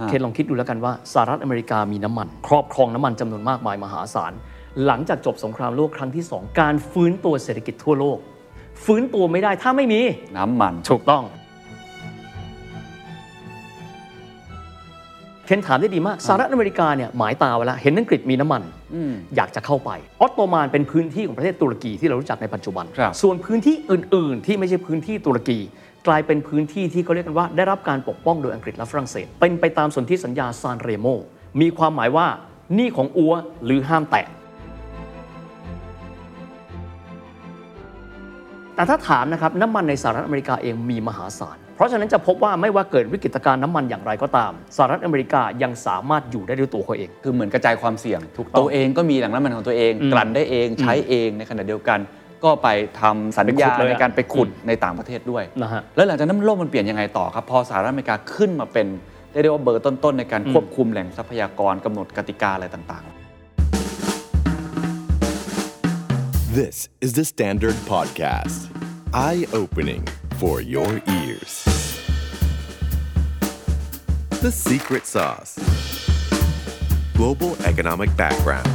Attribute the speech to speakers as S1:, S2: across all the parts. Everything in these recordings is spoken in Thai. S1: ฮะ
S2: เคนลองคิดดูแล้วกันว่าสหรัฐอเมริกามีน้ำมัน ครอบครองน้ำมันจำนวนมากมายมหาศาล หลังจากจบสงครามโลกครั้งที่ 2 การฟื้นตัวเศรษฐกิจทั่วโลก ฟื้นตัวไม่ได้ถ้าไม่มี
S1: น้ำมัน
S2: ถูกต้อง เคนถามได้ดีมากสหรัฐอเมริกาเนี่ยหมายตาไว้แล้วเห็นอังกฤษมีน้ำมัน
S1: อืม
S2: อยากจะเข้าไป ออตโตมันเป็นพื้นที่ของประเทศตุรกีที่เรารู้จักในปัจจุบัน
S1: ครับ
S2: ส่วนพื้นที่อื่น ๆ ที่ไม่ใช่พื้นที่ตุรกี กลายเป็นพื้นที่ที่เขาเรียกกันว่าได้รับการปกป้องโดยอังกฤษและฝรั่งเศส เป็นไปตามสนธิสัญญาซานเรโมมีความหมายว่าหนี่ของอัวหรือห้ามแตะ แต่ถ้าถามนะครับน้ำมันในสหรัฐอเมริกาเองมีมหาศาล เพราะฉะนั้นจะพบว่าไม่ว่าเกิดวิกฤตการณ์น้ำมันอย่างไรก็ตามสหรัฐอเมริกายังสามารถอยู่ได้ด้วยตัวเขาเอง
S1: คือเหมือนกระจายความเสี่ยง
S2: ถูกต้อง
S1: ตัวเองก็มีแหล่งน้ำมันของตัวเอง
S2: อืม
S1: กลั่นได้เองใช้เองในขณะเดียวกัน ก็ไปทำสัญ
S2: ไป
S1: ญา
S2: ขุดเลยอะ
S1: ในการไปขุดในต่างประเทศด้วย
S2: นะฮะ
S1: แล้วหลังจากนั้นโลกมันเปลี่ยนยังไงต่อครับ พอสหรัฐอเมริกาขึ้นมาเป็นได้เรียกว่าเบอร์ต้นๆในการควบคุมแหล่งทรัพยากรกำหนดกติกาอะไรต่าง
S3: This is the Standard Podcast. Eye opening for your ears. The Secret Sauce Global Economic Background.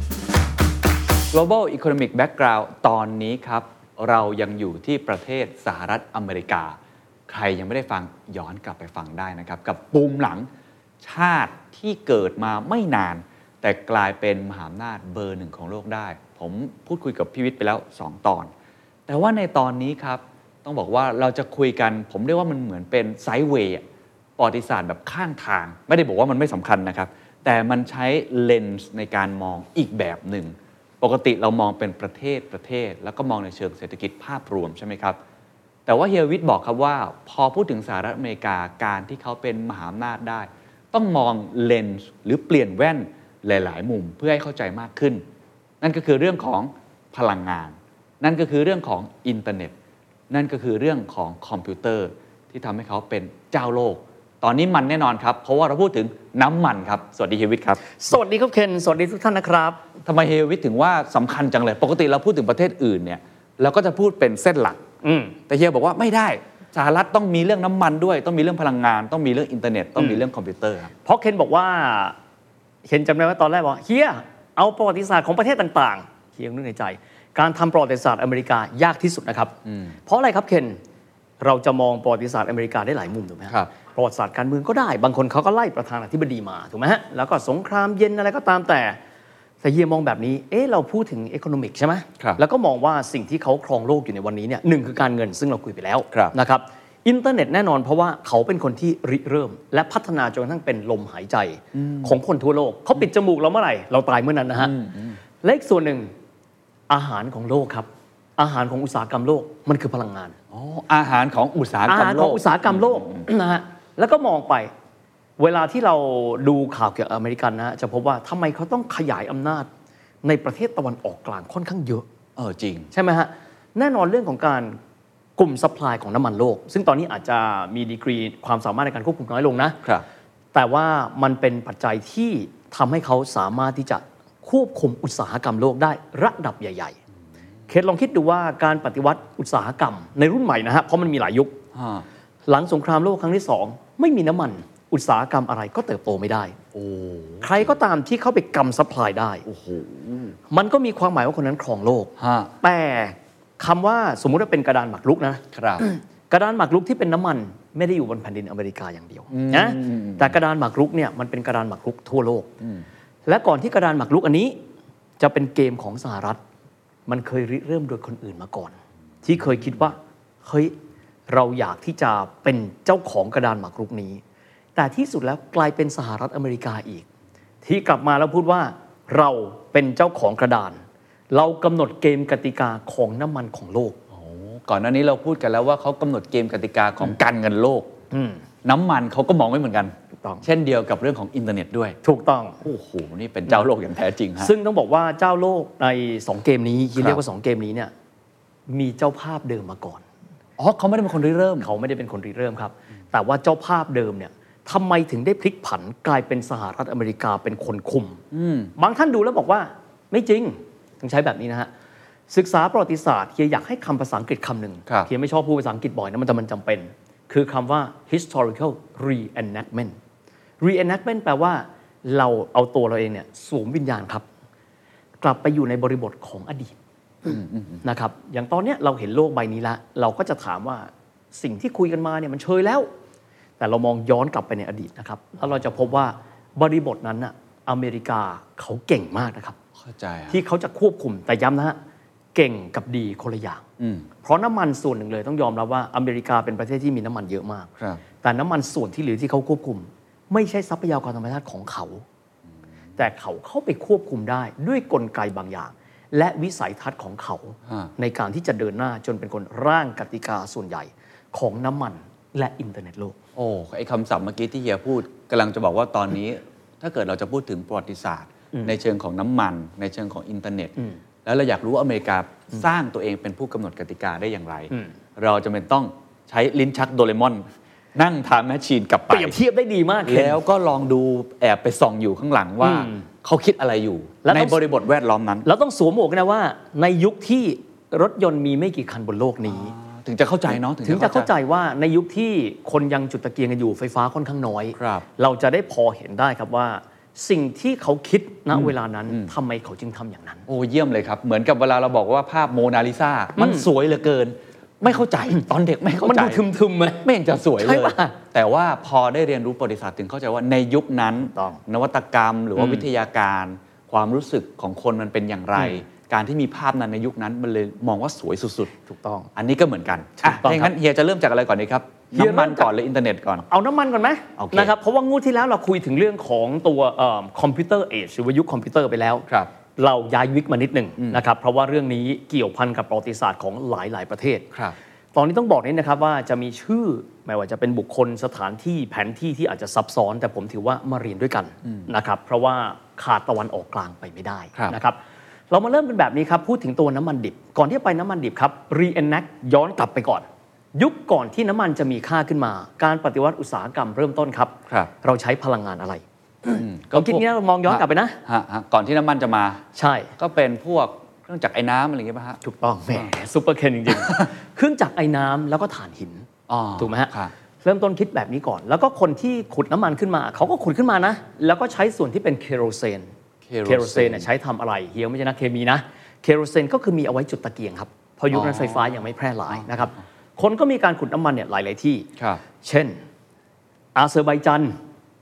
S1: ๆ global economic background ตอนนี้ครับ เรายังอยู่ที่ประเทศสหรัฐอเมริกา ใครยังไม่ได้ฟังย้อนกลับไปฟังได้นะครับ กับปุ่มหลังชาติที่เกิดมาไม่นาน แต่กลายเป็นมหาอำนาจเบอร์หนึ่งของโลกได้ ผมพูดคุยกับพี่วิทย์ไปแล้ว 2 ตอน แต่ว่าในตอนนี้ครับ ต้องบอกว่าเราจะคุยกัน ผมเรียกว่ามันเหมือนเป็นไซด์เวย์อะประวัติศาสตร์แบบข้างทาง ไม่ได้บอกว่ามันไม่สำคัญนะครับ แต่มันใช้เลนส์ในการมองอีกแบบหนึ่ง ปกติเรามองเป็นประเทศประเทศ แล้วก็มองในเชิงเศรษฐกิจภาพรวมใช่ไหมครับ แต่ว่าเฮียวิทย์บอกครับว่า พอพูดถึงสหรัฐอเมริกาการที่เขาเป็นมหาอำนาจได้ ต้องมองเลนส์หรือเปลี่ยนแว่นหลาย ๆ มุมเพื่อให้เข้าใจมากขึ้น นั่นก็คือเรื่องของพลังงาน นั่นก็คือเรื่องของอินเทอร์เน็ต นั่นก็คือเรื่องของคอมพิวเตอร์ที่ทำให้เขาเป็นเจ้าโลก ตอนนี้มันแน่นอนครับ เพราะว่าเราพูดถึงน้ำมันครับ สวัสดีเฮียวิทย์ครับ
S2: สวัสดีครับเคนสวัสดีทุกท่านนะครับ
S1: ทำไมเฮียวิทย์ถึงว่าสำคัญจังเลย ปกติเราพูดถึงประเทศอื่นเนี่ยเราก็จะพูดเป็นเส้นหลัก
S2: อืม
S1: แต่เฮียบอกว่าไม่ได้สหรัฐต้องมีเรื่องน้ำมันด้วย ต้องมีเรื่องพลังงาน ต้องมีเรื่องอินเทอร์เน็ต ต้องมีเรื่องคอมพิวเตอร์ครับ
S2: เพราะเคนบอกว่าเคนจำได้ว่าตอนแรกบอกเฮียเอาประวัติศาสตร์ของประเทศต่างๆเฮียนึกในใจ การทำประวัติศาสตร์อเมริกายากที่สุดนะครับ เพราะอะไรครับเคนเราจะมองประวัติศาสตร์อเมริกาได้หลายมุมถูกไหมฮะ
S1: ครับ
S2: ประวัติศาสตร์การเมืองก็ได้ บางคนเขาก็ไล่ประธานาธิบดีมาถูกไหมฮะแล้วก็สงครามเย็นอะไรก็ตามแต่แต่เฮียมองแบบนี้เอ๊ะเราพูดถึงอีโคโนมิกใช่ไหม
S1: ครับ
S2: แล้วก็มองว่าสิ่งที่เขาครองโลกอยู่ในวันนี้เนี่ยหนึ่งคือการเงินซึ่งเราคุยไปแล้ว
S1: ครับ
S2: นะครับอินเทอร์เน็ตแน่นอนเพราะว่าเขาเป็นคนที่ริเริ่ม และพัฒนาจนกระทั่งเป็นลมหายใจของคนทั่วโลก เขาปิดจมูกเราเมื่อไหร่ เราตายเมื่อนั้นนะฮะและอีกส่วนหนึ่งอาหารของโลกครับ อาหารของอุตสาหกรรมโลกมันคือพลังงาน
S1: อ๋ออาหารของอุตสาห
S2: อาก
S1: รร
S2: หาม ร
S1: โล
S2: ของ
S1: ก
S2: อุตสาหกรรมโลกนะฮะ แล้วก็มองไป เวลาที่เราดูข่าวเกี่ยวกับอเมริกันนะฮะจะพบว่าทำไมเขาต้องขยายอำนาจในประเทศตะวันออกกลางค่อนข้างเยอะ
S1: เออจริง
S2: ใช่ไหมฮะ แน่นอนเรื่องของการกลุ่ม supply ของน้ำมันโลก ซึ่งตอนนี้อาจจะมีดีกรีความสามารถในการควบคุมน้อยลงนะ
S1: ครับ
S2: แต่ว่ามันเป็นปัจจัยที่ทำให้เขาสามารถที่จะควบคุมอุตสาหกรรมโลกได้ระดับใหญ่ ๆ เคสลองคิดดูว่าการปฏิวัติอุตสาหกรรมในรุ่นใหม่นะฮะ เพราะมันมีหลายยุค หลังสงครามโลกครั้งที่ 2 ไม่มีน้ำมัน อุตสาหกรรมอะไรก็เติบโตไม่ได้
S1: โอ้
S2: ใครก็ตามที่เข้าไปกำ supply ได้
S1: โอ้โห
S2: มันก็มีความหมายว่าคนนั้นครองโลก
S1: ฮะ
S2: แต่คำว่าสมมุติว่าเป็นกระดานหมากรุกนะ
S1: ครับ
S2: กระดานหมากรุกที่เป็นน้ำมันไม่ได้อยู่บนแผ่นดินอเมริกาอย่างเดียวนะ
S1: อืม
S2: แต่กระดานหมากรุกเนี่ยมันเป็นกระดานหมากรุกทั่วโลก และก่อนที่กระดานหมากรุกอันนี้ จะเป็นเกมของสหรัฐ มันเคยริเริ่มโดยคนอื่นมาก่อน ที่เคยคิดว่าเฮ้ยเราอยากที่จะเป็นเจ้าของกระดานหมากรุกนี้ แต่ที่สุดแล้วกลายเป็นสหรัฐอเมริกาอีก ที่กลับมาแล้วพูดว่าเราเป็นเจ้าของกระดาน เรากำหนดเกมกติกาของน้ำมันของโลก
S1: โอ้ก่อนหน้านี้เราพูดกันแล้วว่าเขากำหนดเกมกติกาของการเงินโลก
S2: อืม
S1: น้ำมันเขาก็มองไม่เหมือนกัน
S2: ถูกต้อง
S1: เช่นเดียวกับเรื่องของอินเทอร์เน็ตด้วย
S2: ถูกต้อง
S1: โอ้โห นี่เป็นเจ้าโลกอย่างแท้จริงฮะ
S2: ซึ่งต้องบอกว่าเจ้าโลกใน 2 เกมนี้
S1: ครั
S2: ที่
S1: บ
S2: เรียกว่า 2 เกมนี้เนี่ยมีเจ้าภาพเดิมมาก่อน
S1: อ๋อเขาไม่ได้เป็นคนริเริ่ม
S2: เขาไม่ได้เป็นคนริเริ่มครับ แต่ว่าเจ้าภาพเดิมเนี่ยทำไมถึงได้พลิกผันกลายเป็นสหรัฐอเมริกาเป็นคนคุม
S1: อืม
S2: บางท่านดูแล้วบอกว่าไม่จริงต้องใช้แบบนี้นะฮะ ศึกษาประวัติศาสตร์เฮียอยากให้คำภาษาอังกฤษคำหนึ่ง
S1: ครับ
S2: เฮียไม่ชอบพูดภาษาอังกฤษบ่อยนะมันแต่มันจำเป็น คือคำว่า historical reenactment reenactment แปลว่าเราเอาตัวเราเองเนี่ยสวมวิญญาณครับ กลับไปอยู่ในบริบทของอดีตนะครับ อย่างตอนเนี้ยเราเห็นโลกใบนี้ละเราก็จะถามว่าสิ่งที่คุยกันมาเนี่ยมันเชยแล้ว แต่เรามองย้อนกลับไปในอดีตนะครับ แล้วเราจะพบว่าบริบทนั้นน่ะอเมริกาเขาเก่งมากนะครับ
S1: เข้าใจฮะ
S2: ที่เขาจะควบคุมแต่ย้ำนะฮะเก่งกับดีคนละอย่าง
S1: อืม
S2: เพราะน้ำมันส่วนหนึ่งเลยต้องยอมรับว่าอเมริกาเป็นประเทศที่มีน้ำมันเยอะมาก
S1: ครับ
S2: แต่น้ำมันส่วนที่เหลือที่เขาควบคุม ไม่ใช่ทรัพยากรธรรมชาติของเขา แต่เขาเข้าไปควบคุมได้ด้วยกลไกบางอย่าง และวิสัยทัศน์ของเขา
S1: ฮะ
S2: ในการที่จะเดินหน้าจนเป็นคนร่างกติกาส่วนใหญ่ของน้ำมันและอินเทอร์เน็ตโลก
S1: โอ้ไอ้คำศัพท์เมื่อกี้ที่เฮียพูดกำลังจะบอกว่าตอนนี้ ถ้าเกิดเราจะพูดถึงประวัติศาสตร์ ในเชิงของน้ำมัน ในเชิงของอินเทอร์เน็ต แล้วเราอยากรู้ว่าอเมริกาสร้างตัวเองเป็นผู้กำหนดกติกาได้อย่างไร
S2: อืม
S1: เราจะเป็นต้องใช้ลิ้นชักโดเรมอน นั่งทำแมชชีนกลับไป
S2: เปรียบเทียบได้ดีมากเคน
S1: แล้วก็ลองดูแอบไปส่องอยู่ข้างหลังว่า
S2: อืม
S1: เขาคิดอะไรอยู่
S2: แล้วต้อง
S1: ในบริบทแวดล้อมนั้น
S2: เราต้องสวมหมวกนะว่า ในยุคที่รถยนต์มีไม่กี่คันบนโลกนี้
S1: ถึงจะเข้าใจเนาะ
S2: ถึงจะเข้าใจว่าในยุคที่คนยังจุดตะเกียงกันอยู่ไฟฟ้าค่อนข้างน้อย
S1: ครับ
S2: เราจะได้พอเห็นได้ครับว่า สิ่งที่เขาคิดณเวลานั้นทำไมเขาจึงทำอย่างนั้น
S1: โอ้เยี่ยมเลยครับ เหมือนกับเวลาเราบอกว่าภาพโมนาลิซามันสวยเหลือเกิน ไม่เข้าใจ ตอนเด็กไม่เข้าใจ
S2: มันดูทึมๆไหม
S1: ไม่เห็นจะสวย
S2: ใช่
S1: เลย
S2: ป่ะ
S1: แต่ว่าพอได้เรียนรู้ประวัติศาสตร์ถึงเข้าใจว่าในยุคนั้น
S2: ต้อง
S1: นวัตกรรมหรือว่า
S2: อืม
S1: วิทยาการ ความรู้สึกของคนมันเป็นอย่างไร
S2: อืม
S1: การที่มีภาพนั้นในยุคนั้นมันเลยมองว่าสวยสุด
S2: ถูกต้อง
S1: ๆ อันนี้ก็เหมือนกัน
S2: ถู
S1: อ่ะ
S2: กต้อง
S1: ถ้าอย่างนั้นเฮียจะเริ่มจากอะไรก่อนดีครับ
S2: เฮีย
S1: น้ำมัน
S2: เริ่มจาก
S1: ก่อนหรืออินเทอร์เน็ตก่อน
S2: เอาน้ำมันก่อนไหม
S1: โอเค
S2: นะครับเพราะว่างวดที่แล้วเราคุยถึงเรื่องของตัวคอมพิวเตอร์เอชหรือว่ายุคคอมพิวเตอร์ไปแล้ว
S1: ครับ
S2: เราย้ายวิกมานิดหนึ่งนะครับเพราะว่าเรื่องนี้เกี่ยวพันกับประวัติศาสตร์ของหลาย ๆ ประเทศ
S1: ครับ
S2: ตอนนี้ต้องบอกนิดนะครับว่าจะมีชื่อไม่ว่าจะเป็นบุคคลสถานที่แผนที่ที่อาจจะซับซ้อน แต่ผมถือว่ามาเรียนด้วยกันนะครับเพราะว่าขาดตะวันออกกลางไปไม่ได้
S1: ครับ
S2: นะครับเรามาเริ่มกันแบบนี้ครับพูดถึงตัวน้ำมันดิบ ก่อนที่จะไปน้ำมันดิบครับ reenact ย้อนกลับไปก่อน ยุคก่อนที่น้ำมันจะมีค่าขึ้นมา การปฏิวัติอุตสาหกรรมเริ่มต้นครับ
S1: ครับ
S2: เราใช้พลังงานอะไร
S1: ก็
S2: เราคิดอย่างนี้เรามองย้อนกลับไปนะ
S1: ฮะฮะก่อนที่น้ำมันจะมา
S2: ใช่
S1: ก็เป็นพวกเครื่องจักรไอ้น้ำอะไรอย่างเงี้ยป่ะฮะ
S2: ถูกต้องแหมซูเปอร์เคนจริง ๆ เครื่องจักรไอ้น้ำแล้วก็ถ่านหิน
S1: อ๋อ
S2: ถูกไหมฮะ
S1: ครับ
S2: เริ่มต้นคิดแบบนี้ก่อน แล้วก็คนที่ขุดน้ำมันขึ้นมา เขาก็ขุดขึ้นมานะ แล้วก็ใช้ส่วนที่เป็นเคโรเซน
S1: เค
S2: เคโรเซนเนี่ยใช้ทำอะไรเฮียไม่ใช่นักเคมีนะ เคโรเซนก็คือมีเอาไว้จุดตะเกียงครับเพราะยุคนั้นไฟฟ้ายังไม่แพร่หลายนะครับ คนก็มีการขุดน้ำมันเนี่ยหลาย ๆ ที่
S1: ครับ
S2: เช่น อาเซอร์ไบจัน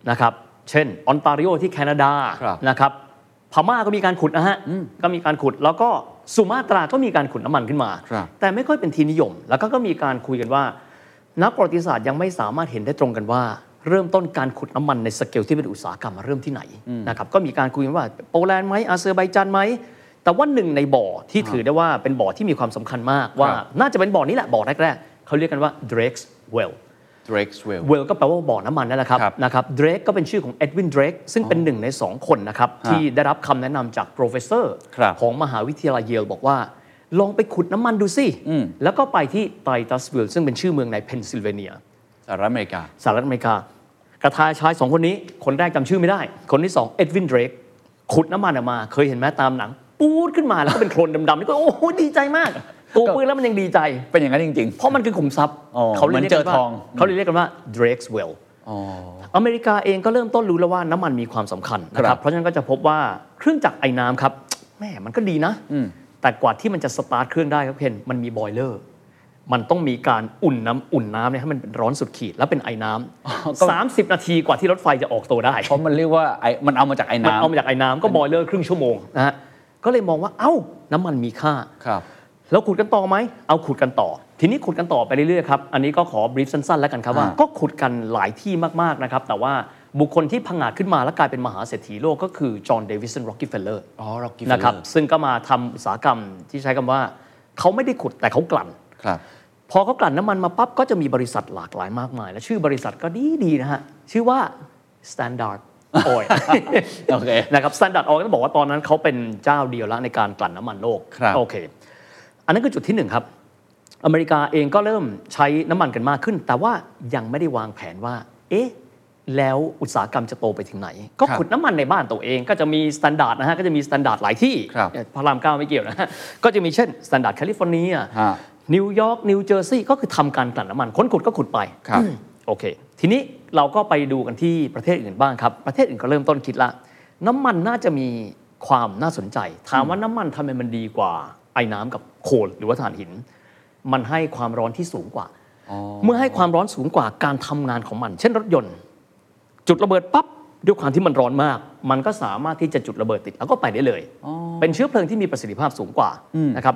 S2: นะครับ เช่น ออนตาริโอที่แคนาดา
S1: ครับ
S2: นะครับ พม่าก็มีการขุดนะฮะ ก็มีการขุด แล้วก็สุมาตราก็มีการขุดน้ำมันขึ้นมา
S1: ครับ
S2: แต่ไม่ค่อยเป็นที่นิยม แล้วก็ก็มีการคุยกันว่า นักประวัติศาสตร์ยังไม่สามารถเห็นได้ตรงกันว่า เริ่มต้นการขุดน้ำมันในสเกลที่เป็นอุตสาหกรรมมาเริ่มที่ไหนนะครับ ก็มีการคุยกันว่าโปแลนด์ไหมอาเซอร์ไบจันไหม แต่ว่าหนึ่งในบ่อที่ถือได้ว่าเป็นบ่อที่มีความสำคัญมากว่า
S1: ครับ
S2: น่าจะเป็นบ่อนี้แหละบ่อแรกๆเขาเรียกกันว่า Drake's Well
S1: Drakeswell
S2: เวลก็แปลว่าบ่อน้ำมันนั่นแหละครับ
S1: ครับ
S2: นะครับเดรกก็เป็นชื่อของเอ็ดวินเดรกซึ่งเป็นหนึ่งในสองคนนะครับ
S1: ฮะ
S2: ที่ได้รับคำแนะนำจาก professor
S1: ครับ
S2: ของมหาวิทยาลัยเยลบอกว่า ลองไปขุดน้ำมันดูสิ แล้วก็ไปที่ไตตัสวิลซึ่งเป็นชื่อเมืองในเพนซิลเวเนีย
S1: สหรัฐอเมริกา
S2: สหรัฐอเมริกากระทาชายสองคนนี้ คนแรกจำชื่อไม่ได้ คนที่สองเอ็ดวินเดรกขุดน้ำมันออกมา เคยเห็นไหมตามหนัง ปูดขึ้นมาแล้วก็เป็นโคลนดำๆนี่ก็โอ้โหดีใจมากตัวปืนแล้วมันยังดีใจ
S1: เป็นอย่างนั้นจริง
S2: เพราะมันคือขุมทรัพย์
S1: อ๋อ
S2: ลย
S1: เหมือน
S2: กั
S1: เจอ
S2: ว่า
S1: ทอง
S2: เขาเลยเรียกกันว่า Drake's Well
S1: ๆ อ๋อ
S2: อเมริกาเองก็เริ่มต้นรู้แล้วว่าน้ำมันมีความสำคัญนะค
S1: ครั
S2: รับ
S1: บ
S2: เพราะฉะนั้นก็จะพบว่าเครื่องจักรไอ้น้ำครับ แหมมันก็ดีนะ แต่กว่าที่มันจะสตาร์ทเครื่องได้ครับเพนมันมีบอยเลอร์ มันต้องมีการอุ่นน้ำอุ่นน้ำเนี่ยให้มันเป็นร้อนสุดขีดแล้วเป็นไอ้น้
S1: ก็
S2: ำสามสิบนาทีกว่าที่รถไฟจะออกตัวได้
S1: เพราะมันเรียกว่าไอ้มันเอามาจากไอ้
S2: มัน
S1: น้ำ
S2: เอามาจากไอ้น้ำก็บอยเลอร์ครึ่งชั่วโมงนะฮะก็เลยมองว่าเอ้าน้ำมันมีค่า
S1: ครับ
S2: แล้วขุดกันต่อไหม เอาขุดกันต่อ ทีนี้ขุดกันต่อไปเรื่อยๆครับ อันนี้ก็ขอบรีฟสั้นๆ แล้วกันครับว่า
S1: อ่า
S2: ก็ขุดกันหลายที่มากๆนะครับ แต่ว่าบุคคลที่พังอาจขึ้นมาและกลายเป็นมหาเศรษฐีโลกก็คือจอห์นเดวิสันโรกิเฟลเลอร์
S1: อ๋อ Rocky
S2: นะครับ
S1: Fowler
S2: ซึ่งก็มาทำอุตสาหกรรมที่ใช้คำว่า เขาไม่ได้ขุดแต่เขากลั่น
S1: ครับ
S2: พอเขากลั่นน้ำมันมาปั๊บก็จะมีบริษัทหลากหลายมากมาย และชื่อบริษัทก็ดีดีๆนะฮะชื่อว่า Standard Oil
S1: โอเค
S2: นะครับ Standard Oil ต้องบอกว่าตอนนั้นเขาเป็นเจ้าเดียวละในการกลั่นน้ำมันโลก
S1: ครับ
S2: โอเค อันนั้นคือจุดที่หนึ่งครับ อเมริกาเองก็เริ่มใช้น้ำมันกันมากขึ้น แต่ว่ายังไม่ได้วางแผนว่า เอ๊ะ แล้วอุตสาหกรรมจะโตไปถึงไหน ก็
S1: ครับ
S2: ขุดน้ำมันในบ้านตัวเอง ก็จะมีสแตนดาร์ดนะฮะก็จะมีสแตนดาร์ดหลายที่
S1: ครับ
S2: พระรามเก้าไม่เกี่ยวนะฮะก็จะมีเช่นสแตนดาร์ดแคลิฟอร์เนีย
S1: ฮะ
S2: นิวยอร์กนิวเจอร์ซีย์ก็คือทำการกลั่นน้ำมันค้นขุดก็ขุดไป
S1: ครับ
S2: โอเค ทีนี้เราก็ไปดูกันที่ประเทศอื่นบ้างครับ ประเทศอื่นก็เริ่มต้นคิดละ น้ำมันน่าจะมีความน่าสนใจ ถามว่าน้ำมันทำไมมันดีกว่า ไอ้น้ำกับโคลหรือว่าถ่านหิน มันให้ความร้อนที่สูงกว่า
S1: อ๋อ
S2: เมื่อให้ความร้อนสูงกว่าการทำงานของมัน เช่นรถยนต์ จุดระเบิดปั๊บด้วยความที่มันร้อนมาก มันก็สามารถที่จะจุดระเบิดติดแล้วก็ไปได้เลย
S1: อ๋อ
S2: เป็นเชื้อเพลิงที่มีประสิทธิภาพสูงกว่านะครับ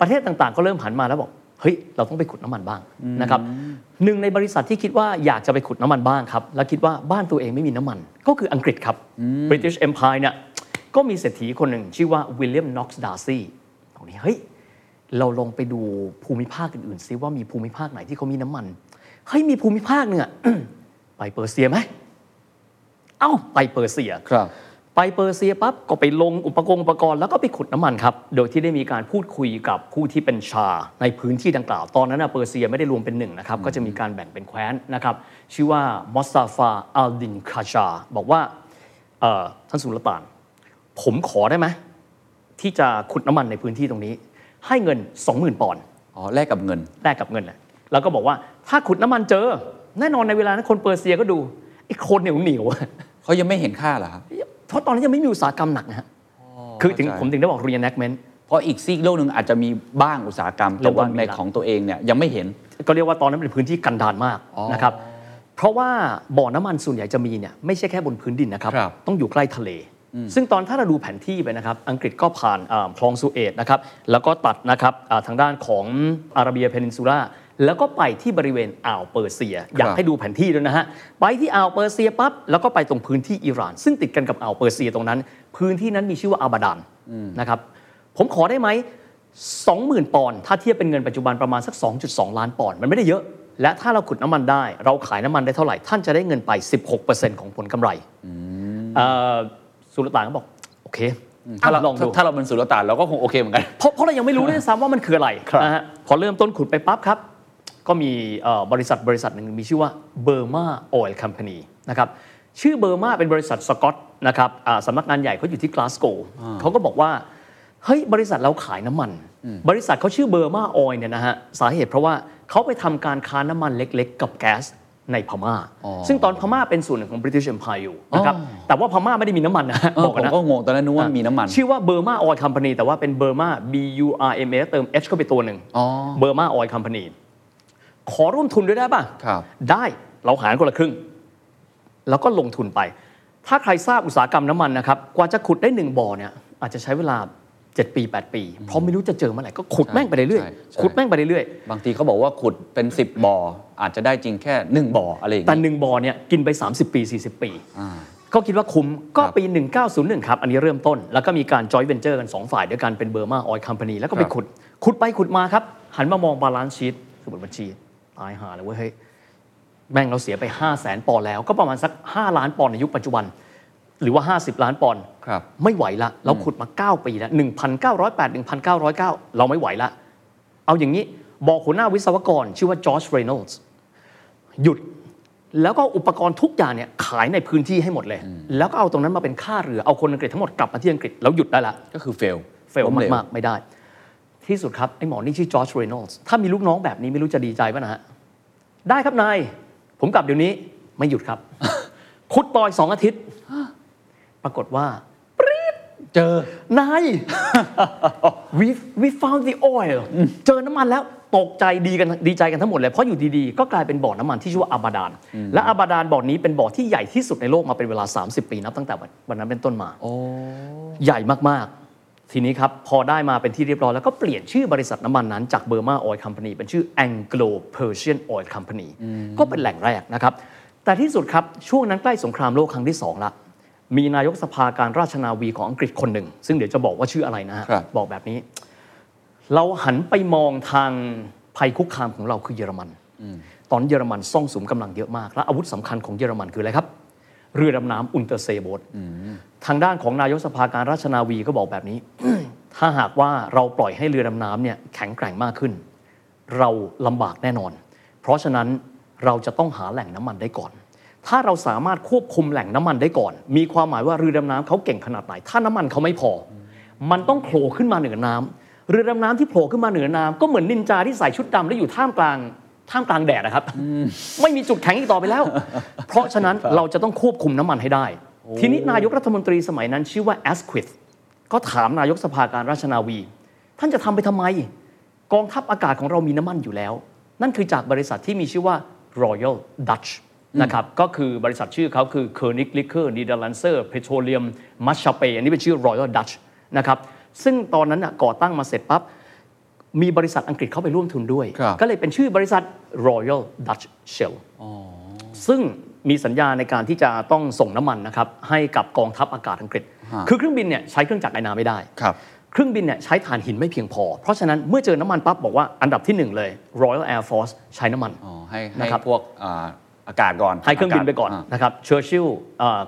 S2: ประเทศต่างๆ ก็เริ่มหันมาแล้วบอกเฮ้ยเราต้องไปขุดน้ำมันบ้างนะครับหนึ่งในบริษัทที่คิดว่าอยากจะไปขุดน้ำมันบ้างครับ แล้วคิดว่าบ้านตัวเองไม่มีน้ำมัน ก็คืออังกฤษครับ British Empire เนี่ยก็มีเศรษฐีคนหนึ่งชื่อว่าวิลเลียมน็อกซ์ดาร์ซี่ตรงนี้เฮ้ย เราลองไปดูภูมิภาคอื่นๆซิว่ามีภูมิภาคไหนที่เขามีน้ำมันเฮ้ยมีภูมิภาคเนี่ย ไปเปอร์เซียไหมเอ้าไปเปอร์เซีย
S1: ครับ
S2: ไปเปอร์เซียปั๊บก็ไปลงอุปกรณ์อุปกรณ์แล้วก็ไปขุดน้ำมันครับ โดยที่ได้มีการพูดคุยกับผู้ที่เป็นชาในพื้นที่ดังกล่าว ตอนนั้นนะเปอร์เซียไม่ได้รวมเป็นหนึ่งนะครับ ก็จะมีการแบ่งเป็นแคว้นนะครับ ชื่อว่ามอสซาฟาอัลดินคาชา บอกว่าเอ่อท่านสุลต่าน ผมขอได้ไหมที่จะขุดน้ำมันในพื้นที่ตรงนี้ ให้เงิน 20,000 ปอนด์
S1: อ๋อ แลกกับเงิน
S2: แลกกับเงินแหละแล้วก็บอกว่าถ้าขุดน้ำมันเจอ แน่นอนในเวลานั้นคนเปอร์เซียก็ดูไอ้โคลนเหนียวเหนียวๆอะ
S1: เขายังไม่เห็นค่าเหรอครับ
S2: เพราะตอนนั้นยังไม่มีอุตสาหกรรมหนักนะฮะคือถึง
S1: เข้าใจ
S2: ผมถึงได้บอก reenactment
S1: เพราะอีกซีกโลกหนึ่งอาจจะมีบ้างอุตสาหกรรม แต่ว่าในของตัวเองเนี่ยยังไม่เห็น
S2: ก็เรียกว่าตอนนั้นเป็นพื้นที่กันดารมาก
S1: อ๋อ
S2: นะครับ เพราะว่าบ่อน้ำมันส่วนใหญ่จะมีเนี่ยไม่ใช่แค่บนพื้นดินนะครับ
S1: ครับ
S2: ต้องอยู่ใกล้ทะเล ซึ่งตอนถ้าเราดูแผนที่ไปนะครับ อังกฤษก็ผ่านอ่าคลองสุเอตนะครับ แล้วก็ตัดนะครับอ่าทางด้านของอาระเบียเพนินซูล่า แล้วก็ไปที่บริเวณอ่าวเปอร์เซีย อยากให้ดูแผนที่ด้วยนะฮะ ไปที่อ่าวเปอร์เซียปั๊บ แล้วก็ไปตรงพื้นที่อิหร่าน ซึ่งติดกันกับอ่าวเปอร์เซียตรงนั้น พื้นที่นั้นมีชื่อว่าอาบาดานนะครับ ผมขอได้ไหม 20,000 ปอนด์ถ้าเทียบเป็นเงินปัจจุบันประมาณสัก 2.2 ล้านปอนด์มันไม่ได้เยอะ และถ้าเราขุดน้ำมันได้ เราขายน้ำมันได้เท่าไหร่ ท่านจะได้เงินไป 16%ของผลกำไรเอ่อสุลต่านก็บอก โอเค
S1: ถ้าเรา
S2: อ่ะลองดู
S1: ถ้าเราเป็นสุลต่านเราก็คงโอเคเหมือนกัน
S2: เพราะเพราะเรายังไม่รู้ด้วยซ้ำว่ามันคืออะไร
S1: ครับ
S2: นะฮะพอเริ่มต้นขุดไปปั๊บครับ ก็มีเอ่อบริษัทบริษัทหนึ่งมีชื่อว่าเบอร์มาออยล์คัมพานีนะครับชื่อเบอร์มาเป็นบริษัทสกอตนะครับอ่าสำนักงานใหญ่เขาอยู่ที่กลาสโกเขาก็บอกว่า เฮ้ย บริษัทเราขายน้ำมัน บริษัทเขาชื่อเบอร์มาออยล์เนี่ยนะฮะสาเหตุเพราะว่าเขาไปทำการค้าน้ำมันเล็กๆ กับแก๊สในพม่า
S1: อ๋อ
S2: ซึ่งตอนพม่าเป็นส่วนหนึ่งของบริเตนเอ็มพายอยู่นะครับแต่ว่าพม่าไม่ได้มีน้ำมันนะฮะ
S1: เออบ
S2: อก
S1: ผ
S2: กัน
S1: ม
S2: นะ
S1: ก็งงตอนนั้นนึกว่ามีน้ำมัน
S2: ชื่อว่าเบอร์มาออยคัมพานีแต่ว่าเป็นเบอร์มา B U R M A เติม H เข้าไปตัวหนึ่ง
S1: อ๋อ
S2: เบอร์มาออยคัมพานีขอร่วมทุนด้วยได้ป่ะ
S1: ครับ
S2: ได้เราหารคนละครึ่ง แล้วก็ลงทุนไป ถ้าใครทราบอุตสาหกรรมน้ำมันนะครับ กว่าจะขุดได้หนึ่งบ่อเนี่ยอาจจะใช้เวลา 7 ปี 8 ปี เพราะไม่รู้จะเจอเมื่อไหร่ก็ขุดแม่งไปเรื่อย
S1: ใช่ใช่
S2: ๆขุดแม่งไปเรื่อย
S1: บางทีเขาบอกว่าขุดเป็น 10 บ่อ อาจจะได้จริงแค่ 1 บ่ออะไรอย่าง
S2: ๆแต่
S1: เงี้ย
S2: หนึ่งบ่อเนี่ยกินไป 30 ปี 40 ปี ก็คิดว่าคุ้มก็ปี 1901 ครับ อันนี้เริ่มต้น แล้วก็มีการจอยเวนเจอร์กัน 2 ฝ่ายด้วยกันเป็นเบอร์มาออยคัมพานีแล้วก็ไป
S1: ครับ
S2: ขุด ขุดไปขุดมาครับ หันมามองบาลานซ์ชีตสมุดบัญชี ตายหาเลยเว้ยเฮ้ย แม่งเราเสียไป 5 0 0แสนปอนด์แล้วก็ประมาณสัก 5 ล้านปอนด์ในยุคปัจจุบัน หรือว่า 50 ล้านปอนด์
S1: ครับ
S2: ไม่ไหวละ เราขุดมา 9 ปีแล้ว 1,908 1,909 เราไม่ไหวละ เอาอย่างนี้บอกหัวหน้าวิศวกร ชื่อว่าจอร์จเรโนลส์หยุดแล้วก็อุปกรณ์ทุกอย่างเนี่ยขายในพื้นที่ให้หมดเลย แล้วก็เอาตรงนั้นมาเป็นค่าเรือ เอาคนอังกฤษทั้งหมดกลับมาที่อังกฤษแล้วหยุดได้ละ
S1: ก็คือเฟล
S2: เฟลมาก ๆ ไม่ได้ ที่สุดครับ ไอ้หมอนี่ชื่อจอร์จเรโนลส์ถ้ามีลูกน้องแบบนี้ไม่รู้จะดีใจป่ะนะฮะ ได้ครับนาย ผมกลับเดี๋ยวนี้ไม่หยุด ครับ ขุดต่อยสองอาทิตย์ ปรากฏว่า
S1: เจอ
S2: นาย we we found the oil เจอน้ำมันแล้วตกใจดีกันดีใจกันทั้งหมดเลย เพราะอยู่ดีๆ ก็กลายเป็นบ่อน้ำมันที่ชื่อว่าอาบาดาน และอาบาดานบ่อนี้เป็นบ่อที่ใหญ่ที่สุดในโลกมาเป็นเวลา 30 ปีนับตั้งแต่วันวันนั้นเป็นต้นมา ใหญ่มาก ๆ ทีนี้ครับ พอได้มาเป็นที่เรียบร้อยแล้วก็เปลี่ยนชื่อบริษัทน้ำมันนั้นจากเบอร์มาออยล์คัมพานีเป็นชื่อ Anglo Persian Oil Company ก็เป็นแหล่งแรกนะครับ แต่ที่สุดครับช่วงนั้นใกล้สงครามโลกครั้งที่ 2 ละ มีนายกสภาการราชนาวีของอังกฤษคนหนึ่ง ซึ่งเดี๋ยวจะบอกว่าชื่ออะไรนะฮะ
S1: ครับ
S2: บอกแบบนี้ เราหันไปมองทางภัยคุกคามของเราคือเยอรมัน ตอนนนเยอรมันซ่องสุมกำลังเยอะมาก และอาวุธสำคัญของเยอรมันคืออะไรครับ เรือดำน้ำอุนเตอร์เซโบททางด้านของนายกสภาการราชนาวีก็บอกแบบนี้ ถ้าหากว่าเราปล่อยให้เรือดำน้ำเนี่ยแข็งแกร่งมากขึ้น เราลำบากแน่นอน เพราะฉะนั้นเราจะต้องหาแหล่งน้ำมันได้ก่อน ถ้าเราสามารถควบคุมแหล่งน้ำมันได้ก่อน มีความหมายว่าเรือดำน้ำเขาเก่งขนาดไหน ถ้าน้ำมันเขาไม่พอ มันต้องโผล่ขึ้นมาเหนือน้ำเรือดำน้ำที่โผล่ขึ้นมาเหนือน้ำก็เหมือนนินจาที่ใส่ชุดดำแล้วอยู่ท่ามกลางท่ามกลางแดดนะครับไม่มีจุดแข็งอีกต่อไปแล้ว เพราะฉะนั้นเราจะต้องควบคุมน้ำมันให้ได้ ทีนี้นายกรัฐมนตรีสมัยนั้นชื่อว่าแอสควิ ก็ถามนายกสภาการราชนาวี ท่านจะทำไปทำไม กองทัพอากาศของเรามีน้ำมันอยู่แล้ว นั่นคือจากบริษัทที่มีชื่อว่า Royal Dutch นะครับก็คือบริษัทชื่อเขาคือ k e r n i g l i k e r n e d e r l a n d s e r Petroleum m a s h a p e อันนี้เป็นชื่อ Royal Dutch นะครับซึ่งตอนนั้นน่ะก่อตั้งมาเสร็จปั๊บ มีบริษัทอังกฤษเข้าไปร่วมทุนด้วย
S1: ครับ
S2: ก็เลยเป็นชื่อบริษัท Royal Dutch Shell ซึ่งมีสัญญาในการที่จะต้องส่งน้ำมันนะครับให้กับกองทัพอากาศอังกฤษ คือเครื่องบินเนี่ยใช้เครื่องจักรไอน้ำไม่ได้
S1: ครับ
S2: เครื่องบินเนี่ยใช้ถ่านหินไม่เพียงพอ เพราะฉะนั้นเมื่อเจอน้ำมันปั๊บบอกว่าอันดับที่หนึ่งเลย Royal Air Force ใช้น้ำมัน
S1: อ๋อให้ให้
S2: นะครับ
S1: พวกอ่าอากาศก่อน
S2: ให้เครื่องบินไปก่อนา
S1: า
S2: นะครับเชอร์ชิล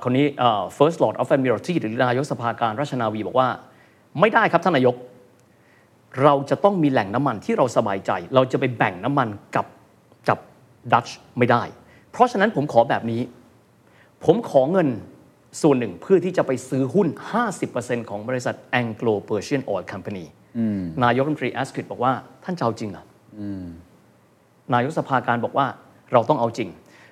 S2: คนนี้เอ่อ First Lord of Admiralty หรือนายกสภาการราชนาวีบอกว่า ไม่ได้ครับท่านนายก เราจะต้องมีแหล่งน้ำมันที่เราสบายใจ เราจะไปแบ่งน้ำมันกับกับดัชไม่ได้ เพราะฉะนั้นผมขอแบบนี้ ผมขอเงินส่วนหนึ่งเพื่อที่จะไปซื้อหุ้น 50%ของบริษัท Anglo Persian Oil Company นายกรัฐมนตรีแอสคิดบอกว่าท่านจะเอาจริงเหรอ นายกสภาการบอกว่าเราต้องเอาจริง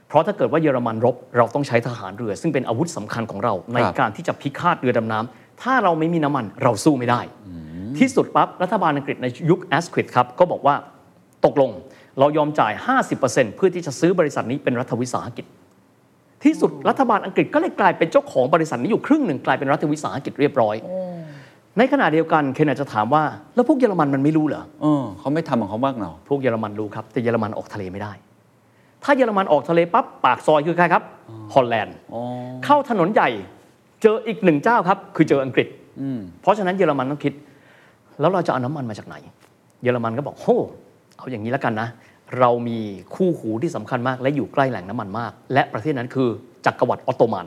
S2: เพราะถ้าเกิดว่าเยอรมันรบ เราต้องใช้ทหารเรือ ซึ่งเป็นอาวุธสำคัญของเรา ในการที่จะพิฆาตเรือดำน้ำถ้าเราไม่มีน้ำมันเราสู้ไม่ได้ ที่สุดปั๊บ รัฐบาลอังกฤษในยุคแอสควิดครับ ก็บอกว่าตกลงเรายอมจ่าย 50%เพื่อที่จะซื้อบริษัทนี้เป็นรัฐวิสาหกิจ ที่สุดรัฐบาลอังกฤษก็เลยกลายเป็นเจ้าของบริษัทนี้อยู่ครึ่งหนึ่งกลายเป็นรัฐวิสาหกิจเรียบร้อย ในขณะเดียวกันเคนอาจจะถามว่าแล้วพวกเยอรมันมันไม่รู้เหรอ
S1: เออเขาไม่ทำของเขาบ้างเหรอ
S2: พวกเยอรมันรู้ครับ แต่เยอรมันออกทะเลไม่ได้ ถ้าเยอรมันออกทะเลปั๊บปากซอยคือใครครับฮอลแลนด์เข้าถนนใหญ่เจออีกหนึ่งเจ้าครับ คือเจออังกฤษเพราะฉะนั้นเยอรมันต้องคิด แล้วเราจะเอาน้ำมันมาจากไหน เยอรมันก็บอกโหเอาอย่างนี้แล้วกันนะ เรามีคู่หูที่สำคัญมาก และอยู่ใกล้แหล่งน้ำมันมาก และประเทศนั้นคือจักรวรรดิออตโตมัน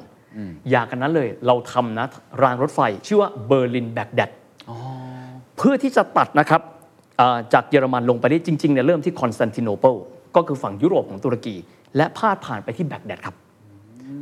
S2: อย่ากันนั้นเลยเราทำนะรางรถไฟ ชื่อว่าเบอร์ลินแบกแดด เพื่อที่จะตัดนะครับอ่าจากเยอรมันลงไปได้จริงๆเนี่ยเริ่มที่คอนสแตนติโนเปิลก็คือฝั่งยุโรปของตุรกี และพาดผ่านไปที่แบกแดดครับ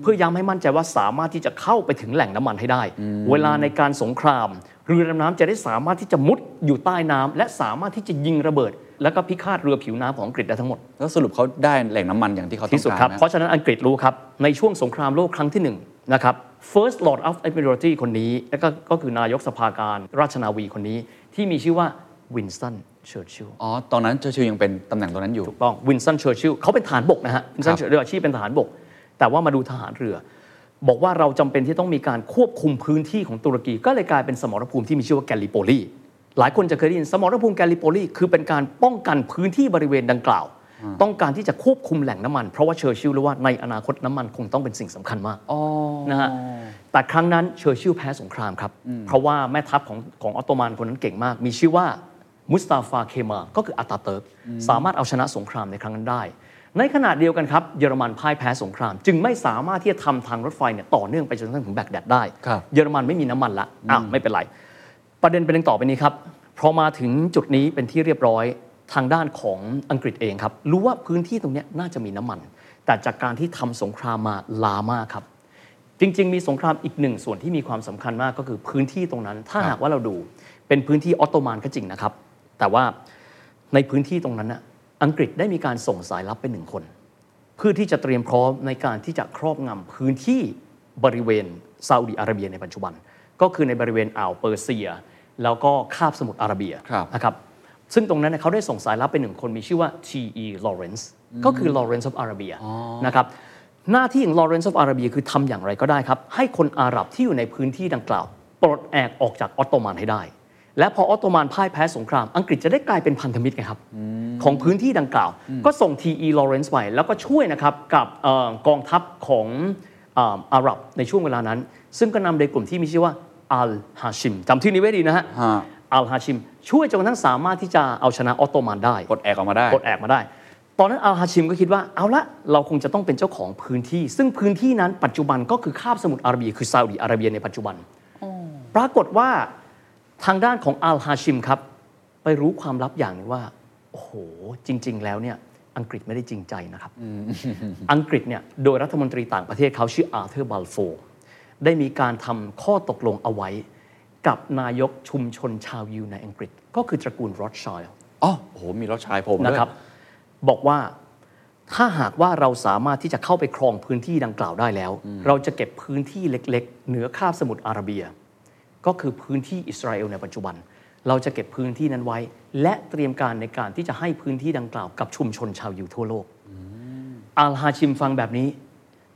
S2: เพื่อย้ำให้มั่นใจว่าสามารถที่จะเข้าไปถึงแหล่งน้ำมันให้ได้ เวลาในการสงคราม เรือดำน้ำจะได้สามารถที่จะมุดอยู่ใต้น้ำและสามารถที่จะยิงระเบิด แล้วก็พิฆาตเรือผิวน้ำของอังกฤษได้ทั้งหมด
S1: แล้วสรุปเขาได้แหล่งน้ำมันอย่างที่เขาต้องการ
S2: ที่สุดครับ
S1: ไหม
S2: เพราะฉะนั้นอังกฤษรู้ครับ ในช่วงสงครามโลกครั้งที่หนึ่งนะครับ First Lord of Admiralty คนนี้ แล้วก็ก็คือนายกสภาการราชนาวีคนนี้ ที่มีชื่อว่าวินสตันเชอร์ชิล
S1: อ๋อ ตอนนั้นเชอร์ชิลยังเป็นตำแหน่งตรงนั้นอยู่
S2: ถูกต้องวินสตันเชอร์ชิลเขาเป็นทหารบกนะฮะวินสตันเชอร์ชิลอาชีพเป็นทหารบก แต่ว่ามาดูทหารเรือ บอกว่าเราจำเป็นที่ต้องมีการควบคุมพื้นที่ของตุรกี ก็เลยกลายเป็นสมรภูมิที่มีชื่อว่าแกลลิโปลีหลายคนจะเคยได้ยินสมรภูมิแกลลิโปลีคือเป็นการป้องกันพื้นที่บริเวณดังกล่าว ต้องการที่จะควบคุมแหล่งน้ำมัน เพราะว่าเชอร์ชิลรู้ว่าในอนาคตน้ำมันคงต้องเป็นสิ่งสำคัญมากนะฮะแต่ครั้งนั้นเชอร์ชิลแพ้สงครามครับ เพราะว่าแม่ทัพของของออตโตมันคนนั้นเก่งมาก มีชื่อว่ามุสตาฟาเคมาก็คืออาตาเติร์กสามารถเอาชนะสงครามในครั้งนั้นได้ ในขณะเดียวกันครับเยอรมันพ่ายแพ้สงคราม จึงไม่สามารถที่จะทำทางรถไฟเนี่ยต่อเนื่องไปจนกระทั่งถึงแบกแดดได้
S1: ครับ
S2: เยอรมันไม่มีน้ำมันละอ้าวไม่เป็นไร ประเด็นเป็นดังต่อไปนี้ครับพอมาถึงจุดนี้เป็นที่เรียบร้อยทางด้านของอังกฤษเองครับ รู้ว่าพื้นที่ตรงเนี้ยน่าจะมีน้ำมัน แต่จากการที่ทำสงครามมาลามากครับ จริง ๆ มีสงครามอีกหนึ่งส่วนที่มีความสำคัญมากก็คือพื้นที่ตรงนั้น ถ้าหากว่าเราดูเป็นพื้นที่ออตโตมันก็จริงนะครับ แต่ว่าในพื้นที่ตรงนั้นน่ะอังกฤษได้มีการส่งสายลับไปหนึ่งคน เพื่อที่จะเตรียมพร้อมในการที่จะครอบงำพื้นที่บริเวณซาอุดิอาระเบียในปัจจุบัน ก็คือในบริเวณอ่าวเปอร์เซีย แล้วก็คาบสมุทรอาระเบีย
S1: ครับ
S2: นะครับซึ่งตรงนั้นเนยเขาได้ส่งสายลับไปหนึ่งคนมีชื่อว่า T.E. Lawrence ก็คือ Lawrence of Arabia นะครับหน้าที่ของ Lawrence of Arabia คือทำอย่างไรก็ได้ครับ ให้คนอาหรับที่อยู่ในพื้นที่ดังกล่าว ปลดแอกออกจากออตโตมันให้ได้ และพอออตโตมันพ่ายแพ้สงคราม อังกฤษจะได้กลายเป็นพันธมิตรไงครับ ของพื้นที่ดังกล่าว ก็ส่ง T.E. Lawrence ไปแล้วก็ช่วยนะครับกับเอ่อกองทัพของเอ่ออาหรับในช่วงเวลานั้น ซึ่งก็นำโดยกลุ่มที่มีชื่อว่าอัลฮาชิมจำชื่อนี้ไว้ดีนะฮะ
S1: ฮะ
S2: อัลฮาชิมช่วยจนกระทั่งสามารถที่จะเอาชนะออตโตมันได้
S1: กดแอกออกมาได้
S2: ปลดแอกมาได้ ตอนนั้นอัลฮาชิมก็คิดว่าเอาละเราคงจะต้องเป็นเจ้าของพื้นที่ ซึ่งพื้นที่นั้นปัจจุบันก็คือคาบสมุทรอาระเบียคือซาอุดิอาระเบียในปัจจุบัน ปรากฏว่าทางด้านของอัลฮาชิมครับ ไปรู้ความลับอย่างหนึงว่า โอ้โห จริง ๆ แล้วเนี่ย อังกฤษไม่ได้จริงใจนะครับ อังกฤษเนี่ยโดยรัฐมนตรีต่างประเทศเขาชื่ออาเธอร์บัลโฟร์ได้มีการทำข้อตกลงเอาไว้ กับนายกชุมชนชาวยิวในอังกฤษ ก็คือตระกูลโรดชัย
S1: อ๋อโอ้โหมีรถชายผมด้วย
S2: นะครับบอกว่าถ้าหากว่าเราสามารถที่จะเข้าไปครองพื้นที่ดังกล่าวได้แล้ว เราจะเก็บพื้นที่เล็กๆ เหนือคาบสมุทรอาระเบีย ก็คือพื้นที่อิสราเอลในปัจจุบัน เราจะเก็บพื้นที่นั้นไว้ และเตรียมการในการที่จะให้พื้นที่ดังกล่าวกับชุมชนชาวยิวทั่วโลกอัลฮาชิมฟังแบบนี้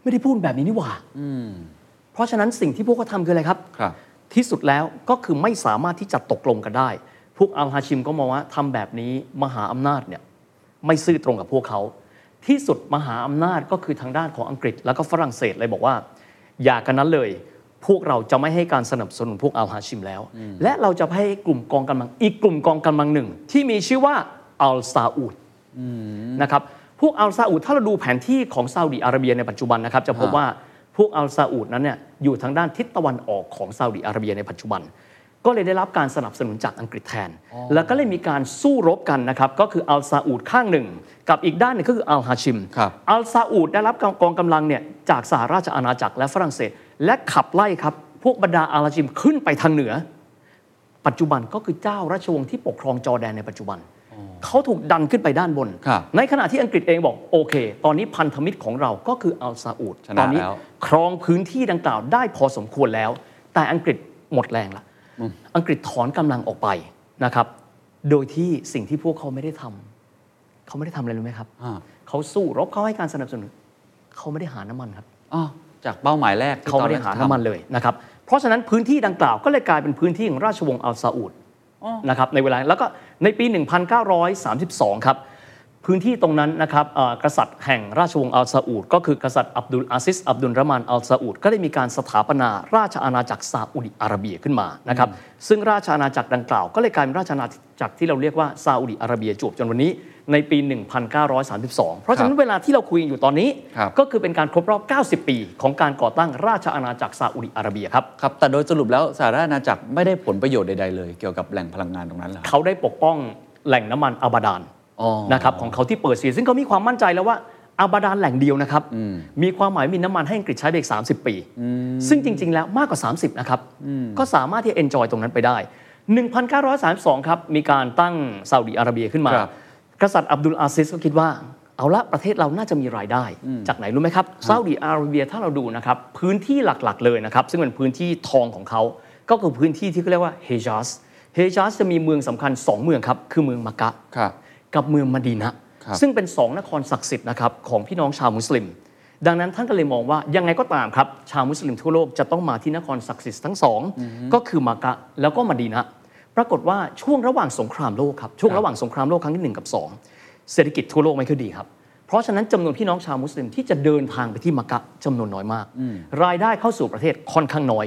S2: ไม่ได้พูดแบบนี้นี่หว่าเพราะฉะนั้นสิ่งที่พวกเขาทำคืออะไรครับ
S1: ครับ
S2: ที่สุดแล้วก็คือไม่สามารถที่จะตกลงกันได้ พวกอัลฮาชิมก็มองว่าทำแบบนี้มหาอำนาจเนี่ยไม่ซื่อตรงกับพวกเขา ที่สุดมหาอำนาจก็คือทางด้านของอังกฤษ แล้วก็ฝรั่งเศสเลยบอกว่า อย่ากันนั้นเลย พวกเราจะไม่ให้การสนับสนุนพวกอัลฮาชิมแล้ว และเราจะให้กลุ่มกองกำลังอีกกลุ่มกองกำลังหนึ่ง ที่มีชื่อว่าอัลซาอุด นะครับพวกอัลซาอุดถ้าเราดูแผนที่ของซาอุดิอาระเบียในปัจจุบันนะครับจะพบว่าพวกอัลซาอุดนั้นเนี่ยอยู่ทางด้านทิศตะวันออกของซาอุดิอาระเบียในปัจจุบัน ก็เลยได้รับการสนับสนุนจากอังกฤษแทน แล้วก็เลยมีการสู้รบกันนะครับก็คืออัลซาอุดข้างหนึ่ง กับอีกด้านหนึงก็คืออัลฮาชิม
S1: ครับ
S2: อัลซาอุดได้รับกองกำลังเนี่ยจากสหราชอาณาจักรและฝรั่งเศส และขับไล่ครับพวกบรรดาอัลฮาชิมขึ้นไปทางเหนือ ปัจจุบันก็คือเจ้าราชวงศ์ที่ปกครองจอร์แดนในปัจจุบัน เขาถูกดันขึ้นไปด้านบน
S1: ครับ
S2: ในขณะที่อังกฤษเองบอกโอเค ตอนนี้พันธมิตรของเราก็คืออัลซาอุด
S1: ชนะ
S2: ตอนนี้
S1: แล้ว
S2: ครองพื้นที่ดังกล่าวได้พอสมควรแล้ว แต่อังกฤษหมดแรงละอังกฤษถอนกำลังออกไปนะครับ โดยที่สิ่งที่พวกเขาไม่ได้ทำเขาไม่ได้ทำอะไรรู้ไหมครับ
S1: อ่า
S2: เขาสู้รบเขาให้การสนับสนุนเขาไม่ได้หาน้ำมันครับ
S1: อ๋อจากเป้าหมายแรกที่
S2: เขาไม่ได้
S1: ตอแรก
S2: หา
S1: จะทำ
S2: น้ำมันเลยนะครับ เพราะฉะนั้นพื้นที่ดังกล่าวก็เลยกลายเป็นพื้นที่ของราชวงศ์อัลซาอุดนะครับในเวลาแล้วก็ในปี 1932 ครับ พื้นที่ตรงนั้นนะครับเอ่อกษัตริย์แห่งราชวงศ์อัลซาอุดก็คือกษัตริย์อับดุลอาซิสอับดุลรามานอัลซาอุดก็ได้มีการสถาปนาราชอาณาจักรซาอุดิอาระเบียขึ้นมานะครับซึ่งราชอาณาจักรดังกล่าว ก็เลยกลายเป็นราชอาณาจักรที่เราเรียกว่าซาอุดิอาระเบียจวบจนวันนี้ในปี 1932 เพราะฉะนั้นเวลาที่เราคุยกันอยู่ตอนนี้
S1: ครับ
S2: ก็คือเป็นการครบรอบ 90 ปี ของการก่อตั้งราชอาณาจักรซาอุดิอาระเบียครับ
S1: ครับ แต่โดยสรุปแล้วสหรัฐอาณาจักรไม่ได้ผลประโยชน์ใดๆเลย เกี่ยวกับแหล่งพลังงานตรงนั้นเหรอครับ
S2: เขาได้ปกป้องแหล่งน้ำมันอาบาดาน
S1: อ๋อ
S2: นะครับของเขาที่เปิดเสียซึ่งเขามีความมั่นใจแล้วว่าอาบาดานแหล่งเดียวนะครับ มีความหมายมีน้ำมันให้อังกฤษใช้ไปอีก 30 ปี ซึ่งจริง ๆ แล้วมากกว่า 30 นะครับ ก็สามารถที่จะ enjoy ตรงนั้นไปได้ 1932 ครับมีการตั้งซาอุดิอาระเบียขึ้นมา
S1: ครับ
S2: กษัตริย์อับดุลอาซิสก็คิดว่าเอาละประเทศเราน่าจะมีรายได้ จากไหนรู้ไหมครับซาอุดีอาระเบียถ้าเราดูนะครับ พื้นที่หลักๆเลยนะครับ ซึ่งเป็นพื้นที่ทองของเขา ก็คือพื้นที่ที่เขาเรียกว่าเฮจัสเฮจัสจะมีเมืองสำคัญ 2 เมืองครับ คือเมืองมักกะ
S1: ครับ
S2: กับเมืองมะดีนะครับ ซึ่งเป็นสองนครศักดิ์สิทธิ์นะครับของพี่น้องชาวมุสลิม ดังนั้นท่านก็เลยมองว่ายังไงก็ตามครับ ชาวมุสลิมทั่วโลกจะต้องมาที่นครศักดิ์สิทธิ์ทั้งสองก็คือมากะแล้วก็มะดีนะปรากฏว่าช่วงระหว่างสงครามโลกครับช่วงระหว่างสงครามโลกครั้งที่หนึ่งกับสองเศรษฐกิจทั่วโลกไม่ค่อยดีครับ เพราะฉะนั้นจำนวนพี่น้องชาวมุสลิมที่จะเดินทางไปที่มากะจำนวนน้อยมาก รายได้เข้าสู่ประเทศค่อนข้างน้อย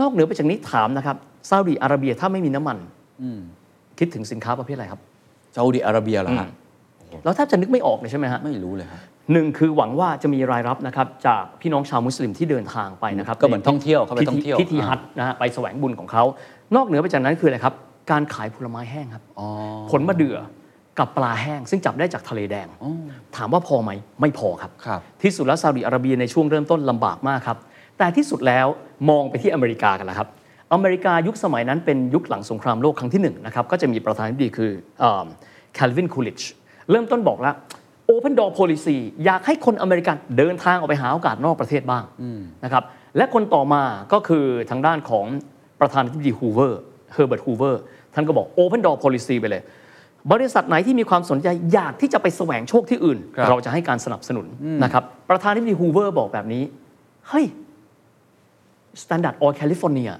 S2: นอกเหนือไปจากนี้ถามนะครับซาอุดีอาระเบียถ้าไม่มีน้ำมัน
S1: อืม
S2: คิดถึงสินค้าประเภทอะไรครับ
S1: ซาอุดิอาระเบียเหรอฮะ
S2: อืม เราแทบจะนึกไม่ออกเลยใช่ไหมฮะ
S1: ไม่รู้เลยครับ
S2: หนึ่งคือหวังว่าจะมีรายรับนะครับจากพี่น้องชาวมุสลิมที่เดินทางไปนะครับ
S1: ก็เหมือนท่องเที่ยวเขาไป
S2: พิ
S1: ท่
S2: ธี
S1: องเที่ยว
S2: พิธีฮัจญ์นะฮะไปแสวงบุญของเขา นอกเหนือไปจากนั้นคืออะไรครับ การขายผลไม้แห้งครับ
S1: อ๋อ
S2: ผลมะเดื่อกับปลาแห้ง ซึ่งจับได้จากทะเลแดง ถามว่าพอไหมไม่พอครับ
S1: ครับ
S2: ที่สุดแล้วซาอุดิอาระเบียในช่วงเริ่มต้นลำบากมากครับ แต่ที่สุดแล้วมองไปที่อเมริกากันแล้วครับ อเมริกายุคสมัยนั้นเป็นยุคหลังสงครามโลกครั้งที่หนึ่งนะครับก็จะมีประธานาธิบดีคือแคลวินคูลิชเริ่มต้นบอกแล้ว Open Door Policy อยากให้คนอเมริกันเดินทางออกไปหาโอกาสนอกประเทศบ้างนะครับและคนต่อมาก็คือทางด้านของประธานาธิบดีฮูเวอร์เฮอร์เบิร์ตฮูเวอร์ท่านก็บอก Open Door Policy ไปเลย บริษัทไหนที่มีความสนใจอยากที่จะไปแสวงโชคที่อื่น
S1: ครับ
S2: เราจะให้การสนับสนุนนะครับประธานที่ดีฮูเวอร์บอกแบบนี้ เฮ้ย Standard Oil California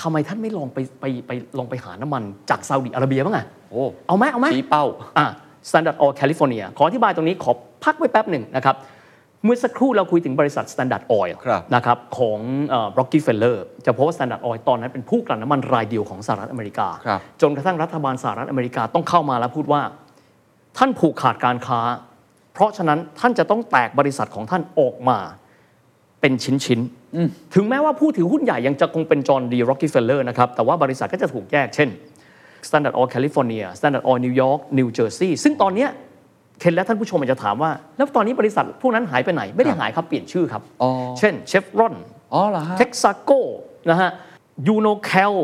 S2: ทำไมท่านไม่ลองไปไปไปลองไปหาน้ำมันจากซาอุดิอาระเบียบ้างอะ
S1: โอ้
S2: เอาไหมเอาไหม
S1: ชี้เป้า
S2: อ่า Standard Oil California ขออธิบายตรงนี้ขอพักไว้แป๊บหนึ่งนะครับ เมื่อสักครู่เราคุยถึงบริษัท Standard Oil
S1: ครับ
S2: นะครับของเอ่อ Rockefeller จะพบว่า Standard Oil ตอนนั้นเป็นผู้กลั่นน้ำมันรายเดียวของสหรัฐอเมริกา
S1: ครับ
S2: จนกระทั่งรัฐบาลสหรัฐอเมริกาต้องเข้ามาแล้วพูดว่า ท่านผูกขาดการค้า เพราะฉะนั้นท่านจะต้องแตกบริษัทของท่านออกมาเป็นชิ้นๆถึงแม้ว่าผู้ถือหุ้นใหญ่ยังจะคงเป็นจอห์นดีโร c กิเฟลเลอร์นะครับแต่ว่าบริษัทก็จะถูกแยกเช่น Standard Oil California Standard Oil New York New Jersey ซึ่งตอนเนี้ยเคนและท่านผู้ชมอาจจะถามว่า แล้วตอนนี้บริษัทพวกนั้นหายไปไหนไม่ได้หายครับเปลี่ยนชื่อครับ
S1: อ๋อ
S2: เช่นเชฟรอน
S1: อ๋อเหรอฮะ
S2: เท็กซัโกนะฮะยูโนแคล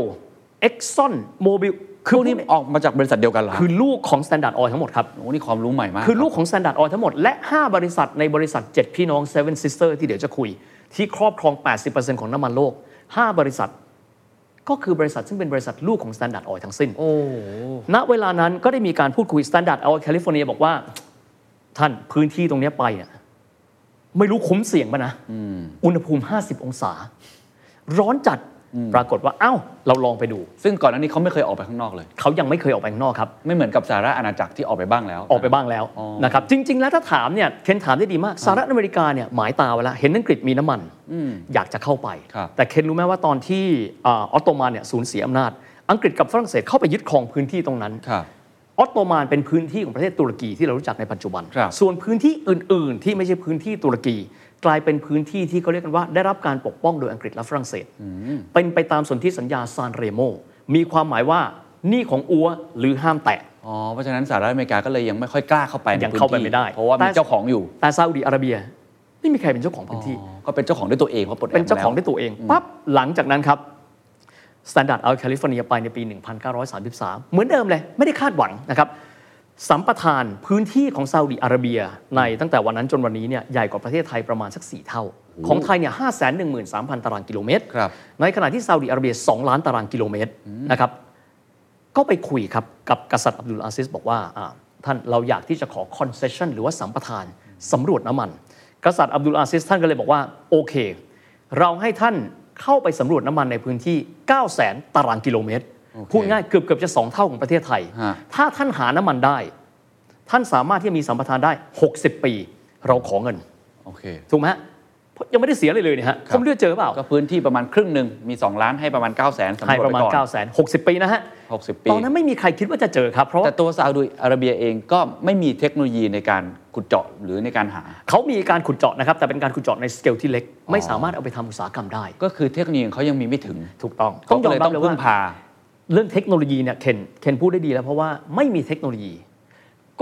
S2: เอ็กซอนโมบิลคื
S1: คือ อนี่ออกมาจากบริษัทเดียวกันเหรอ
S2: คือลูกของ Standard Oil ทั้งหมดครับ
S1: โอ้นี่ความรู้ใหม่มาก
S2: คือลูกของ Standard Oil ทั้งหมด และ 5 บริษัทในบริษัท 7 พี่น้อง Seven Sister ที่เดี๋ยวจะคุย ที่ครอบครอง 80%ของน้ำมันโลก 5 บริษัท ก็คือบริษัทซึ่งเป็นบริษัทลูกของ Standard Oil ทั้งสิ้น
S1: โอ้
S2: ณเวลานั้นก็ได้มีการพูดคุย Standard Oil California บอกว่า ท่านพื้นที่ตรงเนี้ยไปอะไม่รู้คุ้มเสี่ยงปะนะ อุณหภูมิ 50 องศา ร้อนจัดปรากฏว่า เอ้า เราลองไปดู
S1: ซึ่งก่อนหน้านี้เขาไม่เคยออกไปข้างนอกเลย
S2: เขายังไม่เคยออกไปข้างนอกครับ
S1: ไม่เหมือนกับสหรัฐอาณาจักรที่ออกไปบ้างแล้ว
S2: ออกไปบ้างแล้ว
S1: อ๋อ
S2: นะครับจริง ๆ แล้วถ้าถามเนี่ยเคนถามได้ดีมากสหรัฐอเมริกาเนี่ยหมายตาไว้แล้วเห็นอังกฤษมีน้ำมัน
S1: อืม
S2: อยากจะเข้าไป
S1: ครับ
S2: แต่เคนรู้ไหมว่าตอนที่อาออตโตมันเนี่ยสูญเสียอำนาจ อังกฤษกับฝรั่งเศสเข้าไปยึดครองพื้นที่ตรงนั้น
S1: ครับ
S2: ออตโตมันเป็นพื้นที่ของประเทศตุรกีที่เรารู้จักในปัจจุบัน
S1: ครับ
S2: ส่วนพื้นที่อื่น ๆ ที่ไม่ใช่พื้นที่ตุรกี กลายเป็นพื้นที่ที่เขาเรียกกันว่าได้รับการปกป้องโดยอังกฤษและฝรั่งเศส เป็นไปตามสนธิสัญญาซานเรโมมีความหมายว่านี่ของอัวหรือห้ามแตะ
S1: อ๋อเพราะฉะนั้นสหรัฐอเมริกาก็เลยยังไม่ค่อยกล้าเข้าไปใน
S2: ยัง
S1: พื้น
S2: เข้าไป
S1: ที่
S2: ไม่ได้
S1: เพราะว่ามี
S2: แต่
S1: เจ้าของอยู่
S2: แต่ซาอุดีอาระเบียไม่มีใครเป็นเจ้าของพื้นที่
S1: อ๋อก็เป็นเจ้าของด้วยตัวเองเพราะปลดแอก
S2: เป็นเจ้าของ
S1: แล้
S2: ด้วยตัวเองปั๊บหลังจากนั้นครับ Standard Oil California ไปในปี 1933 เหมือนเดิมเลยไม่ได้คาดหวังนะครับสัมปทานพื้นที่ของซาอุดีอาระเบีย ในตั้งแต่วันนั้นจนวันนี้เนี่ยใหญ่กว่าประเทศไทยประมาณสัก 4 เท่า ของไทยเนี่ย513,000 ตารางกิโลเมตร
S1: ครับ
S2: ในขณะที่ซาอุดิอาระเบีย 2 ล้านตารางกิโลเมตรนะครับก็ไปคุยครับกับกษัตริย์อับดุลอาซิสบอกว่าอ่า ท่านเราอยากที่จะขอคอนเซชั o นหรือว่าสัมปทานสำรวจน้ำมัน กษัตริย์อับดุลอาซิสท่านก็เลยบอกว่า โอเค เราให้ท่านเข้าไปสำรวจน้ำมันในพื้นที่ 9 0 0 0 0ตารางกิโลเมตร พูดง่ายเกือบเกือบๆจะ 2 เท่าของประเทศไทย
S1: ฮะ
S2: ถ้าท่านหาน้ำมันได้ ท่านสามารถที่จะมีสัมปทานได้ 60 ปี เราขอเงิน
S1: โอเค
S2: ถูกไหมฮะเพราะยังไม่ได้เสียเลยเลยเนี่ยฮะ
S1: ครับ
S2: เขาไม่รู้จะเจอเปล่า
S1: ก็พื้นที่ประมาณครึ่งหนึ่งมี 2 ล้านให้ประมาณ 9 0 0 0 0 0สำห
S2: ให้ป
S1: รับ
S2: ระมาณ 9 0 0 0 0 60 ปีนะฮะ
S1: หกสิบปี
S2: ตอนนั้นไม่มีใครคิดว่าจะเจอครับ เพราะว่า
S1: แต่ตัวซาอุดิอาระเบียเองก็ไม่มีเทคโนโลยีในการขุดเจาะหรือในการหา
S2: เขามีการขุดเจาะนะครับ แต่เป็นการขุดเจาะในสเกลที่เล็ก ไม่สามารถเอาไปทำอุตสาหกรรมได้
S1: ก็คือเทคโนโลยีของเขายังมีไม่ถึง
S2: ถูกต้อง
S1: เขา
S2: ต้องยอม
S1: ก็เลย
S2: รับ
S1: ต้อง
S2: เลย
S1: พึ่ง
S2: ว่า
S1: พา
S2: เรื่องเทคโนโลยีเนี่ยเคนเคนพูดได้ดีแล้วเพราะว่าไม่มีเทคโนโลยี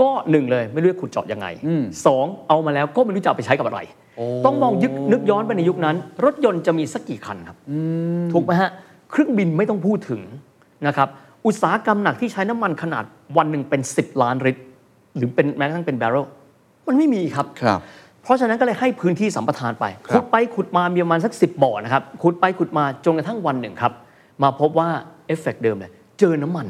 S2: ก็หนึ่งเลยไม่รู้จะขุดเจาะยังไง
S1: อืม
S2: สองเอามาแล้วก็ไม่รู้จะเอาไปใช้กับอะไร
S1: โอ้
S2: ต้องมองยึกนึกย้อนไปในยุคนั้น รถยนต์จะมีสักกี่คันครับถูกไหมฮะเครื่องบินไม่ต้องพูดถึงนะครับอุตสาหกรรมหนักที่ใช้น้ำมันขนาดวันหนึ่งเป็น 10 ล้านลิตรหรือเป็นแม้กระทั่งเป็นแบเรลมันไม่มีครับ
S1: ครับ
S2: เพราะฉะนั้นก็เลยให้พื้นที่สัมปทานไป
S1: ครับ
S2: ขุดไปขุดมามีประมาณสักสิบบ่อนะครับ ขุดไปขุดมาจนกระทั่งวันหนึ่งครับ มาพบว่าเอฟเฟกต์เดิมเลยเจอน้ำมัน